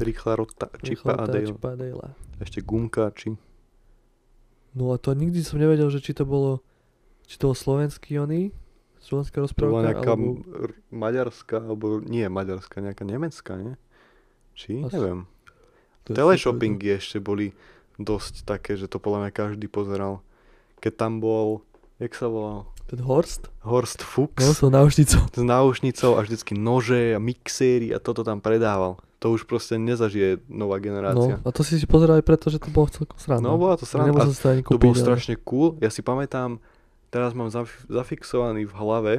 Speaker 2: Rýchla rota. Chip
Speaker 1: Rýchla
Speaker 2: a
Speaker 1: tá
Speaker 2: Dale.
Speaker 1: Chip a Dale.
Speaker 2: Ešte gumkáči.
Speaker 1: No a to nikdy som nevedel, že či to bolo, či to bol slovenský oný, slovenská
Speaker 2: To bola
Speaker 1: rozprávka,
Speaker 2: nejaká
Speaker 1: alebo...
Speaker 2: m- r- maďarská, alebo nie maďarská, nejaká nemecká, nie? Či?
Speaker 1: Asi.
Speaker 2: Neviem.
Speaker 1: to je-
Speaker 2: Teleshoppingy ešte boli dosť také, že to podľa mňa každý pozeral. Keď tam bol, jak sa volal?
Speaker 1: Ten Horst?
Speaker 2: Horst Fuchs
Speaker 1: No, som náušnicou.
Speaker 2: s náušnicou a vždycky nože a mixéry a toto tam predával. To už proste nezažije nová
Speaker 1: No,
Speaker 2: generácia.
Speaker 1: a to si si pozeral aj preto, že to bolo celkom sranda.
Speaker 2: No, bola to sranda.
Speaker 1: Nemusel si to ani
Speaker 2: to
Speaker 1: kúpiť.
Speaker 2: bolo
Speaker 1: ale-
Speaker 2: strašne cool. Ja si pamätám, teraz mám zaf- zafixovaný v hlave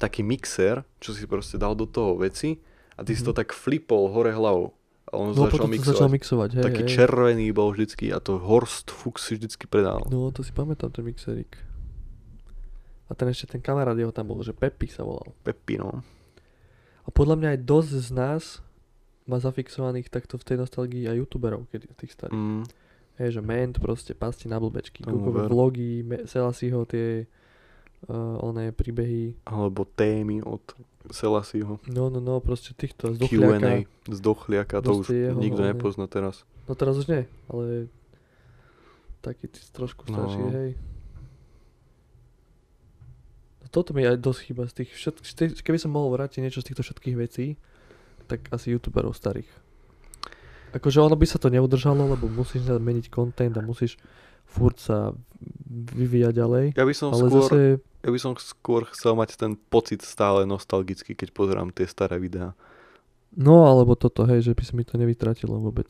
Speaker 2: taký mixér, čo si proste dal do toho veci a ty si to tak flipol hore hlavou. A
Speaker 1: Mhm.
Speaker 2: on
Speaker 1: No,
Speaker 2: začal
Speaker 1: potom to začal
Speaker 2: mixovať.
Speaker 1: mixovať, hej,
Speaker 2: Taký
Speaker 1: hej.
Speaker 2: červený bol vždycky a to Horst Fuchs si vždycky predal.
Speaker 1: No, to si pamätám, ten mixerik. A ten ešte ten kamarát jeho tam bol, že Pepi sa volal.
Speaker 2: Pepi, no.
Speaker 1: A podľa mňa aj dosť z nás má zafixovaných takto v tej nostalgii aj youtuberov, keď tých starých. Mm.
Speaker 2: Mm.
Speaker 1: Hej, že ment, proste pasti na blbečky,
Speaker 2: Tomu
Speaker 1: kúkové
Speaker 2: ver.
Speaker 1: vlogy, me, Selasieho tie uh, oné príbehy.
Speaker 2: Alebo témy od Selasieho.
Speaker 1: No, no, no, proste týchto z
Speaker 2: Q&A
Speaker 1: Duchliaka.
Speaker 2: z Dochliaka, to
Speaker 1: Proste
Speaker 2: už
Speaker 1: jeho,
Speaker 2: nikto
Speaker 1: ale-
Speaker 2: nepozná teraz.
Speaker 1: No teraz už nie, ale taký t- trošku
Speaker 2: No,
Speaker 1: starší,
Speaker 2: no.
Speaker 1: hej. No toto mi aj dosť chýba z tých všetkých, keby som mohol vrátiť niečo z týchto všetkých vecí, tak asi youtuberov starých. Akože ono by sa to neudržalo, lebo musíš na- meniť content a musíš furt sa vyvíjať ďalej.
Speaker 2: Ja by som,
Speaker 1: Ale
Speaker 2: skôr,
Speaker 1: zase,
Speaker 2: ja by som skôr chcel mať ten pocit stále nostalgický, keď pozerám tie staré videá.
Speaker 1: no alebo toto, hej, že by sa mi to nevytratilo vôbec.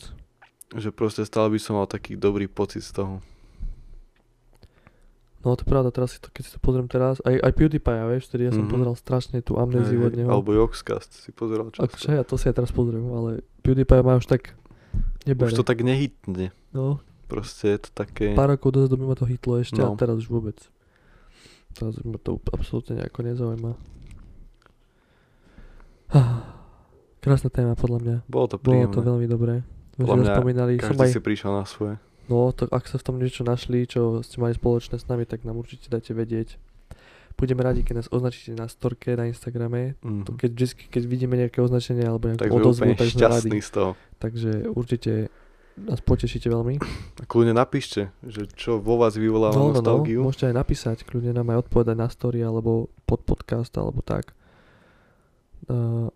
Speaker 2: Že proste stále by som mal taký dobrý pocit z toho.
Speaker 1: No to je pravda, teraz si to, keď si to pozriem teraz, aj, aj PewDiePie, vieš, vtedy ja som
Speaker 2: Mhm.
Speaker 1: pozeral strašne tú amnéziu od neho.
Speaker 2: Alebo Joxcast si pozeral
Speaker 1: Akože
Speaker 2: často.
Speaker 1: ja to si aj teraz pozriem, ale PewDiePie ma už tak nebere.
Speaker 2: Už to tak nehytne.
Speaker 1: no,
Speaker 2: Proste je to také...
Speaker 1: pár rokov dozadu by ma to hitlo ešte
Speaker 2: No.
Speaker 1: a teraz už vôbec. Teraz už ma to úpl- absolútne nejako nezaujíma. Krásna téma podľa mňa.
Speaker 2: Bolo to
Speaker 1: Bolo to
Speaker 2: príjemné.
Speaker 1: veľmi dobré. Sme
Speaker 2: Podľa
Speaker 1: si
Speaker 2: mňa
Speaker 1: zaspomínali. Som
Speaker 2: Každý
Speaker 1: aj,
Speaker 2: si prišiel na svoje.
Speaker 1: No, to, ak sa v tom niečo našli, čo ste mali spoločné s nami, tak nám určite dajte vedieť. Budeme radi, keď nás označíte na storke, na Instagrame.
Speaker 2: Mm.
Speaker 1: To keď, vždy, keď vidíme nejaké označenie alebo nejakú
Speaker 2: Tak sme
Speaker 1: odozvu,
Speaker 2: úplne
Speaker 1: tak sme radi.
Speaker 2: šťastní z toho.
Speaker 1: Takže určite nás potešíte veľmi.
Speaker 2: A kľudne napíšte, že čo vo vás vyvoláva
Speaker 1: No, no, no,
Speaker 2: nostalgiu.
Speaker 1: môžete aj napísať, kľudne nám aj odpovedať na story, alebo pod podcast, alebo tak. Uh,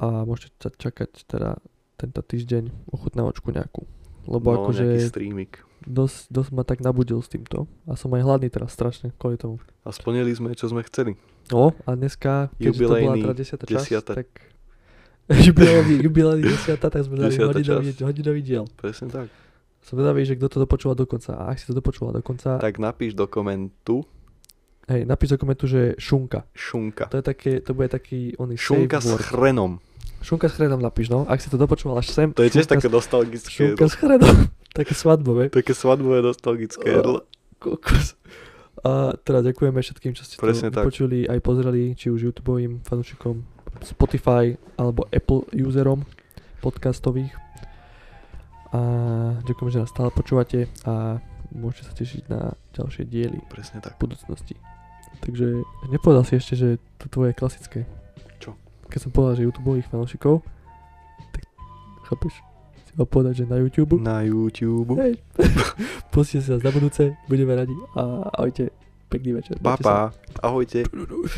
Speaker 1: a môžete ča- čakať teda tento týždeň ochutnávačku nejakú. Lebo
Speaker 2: No, nejaký
Speaker 1: akože
Speaker 2: streamik.
Speaker 1: dosť, dosť ma tak nabudil s týmto. A som aj hladný teraz strašne kvôli tomu.
Speaker 2: A splnili sme, čo sme chceli.
Speaker 1: No a dneska, keďže to bola
Speaker 2: Jubilejný
Speaker 1: teda 10. čas,
Speaker 2: desiata.
Speaker 1: tak... jubilejný, jubilejný 10. tak sme dali
Speaker 2: Desiata
Speaker 1: hodinový,
Speaker 2: časť.
Speaker 1: hodinový diel.
Speaker 2: Presne tak.
Speaker 1: Som vedavý, že kto to dopočúva do konca. A ak si to dopočúva do konca, tak.
Speaker 2: Tak napíš do komentu
Speaker 1: hej, napíš do komentu, že šunka.
Speaker 2: šunka.
Speaker 1: To, je také, to bude taký oný
Speaker 2: Šunka
Speaker 1: save
Speaker 2: s
Speaker 1: word.
Speaker 2: chrenom.
Speaker 1: Šunka s chredom napíš, no. Ak si to dopočúval až sem,
Speaker 2: To je tiež
Speaker 1: šunka
Speaker 2: také
Speaker 1: s-
Speaker 2: nostalgické.
Speaker 1: Šunka s chredom. také svadbové.
Speaker 2: Také svadbové nostalgické jedlo.
Speaker 1: Kokos. A teda ďakujeme všetkým, čo ste
Speaker 2: Presne
Speaker 1: to
Speaker 2: tak.
Speaker 1: počuli, aj pozreli, či už YouTubeovým fanúšikom, Spotify alebo Apple userom podcastových. A ďakujem, že nás stále počúvate a môžete sa tešiť na ďalšie diely
Speaker 2: Presne tak.
Speaker 1: v budúcnosti. Takže nepovedal si ešte, že to tvoje je klasické.
Speaker 2: Čo?
Speaker 1: Keď som povedal, že YouTubeových fanúšikov, tak chápeš? Si mal povedať, že na YouTube.
Speaker 2: Na YouTube.
Speaker 1: Hej. Pustite sa na budúce, budeme radi a ahojte, pekný večer. Majte sa.
Speaker 2: Papa. Ahojte.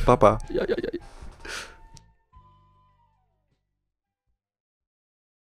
Speaker 2: Papa.
Speaker 1: Jaj, jaj, jaj.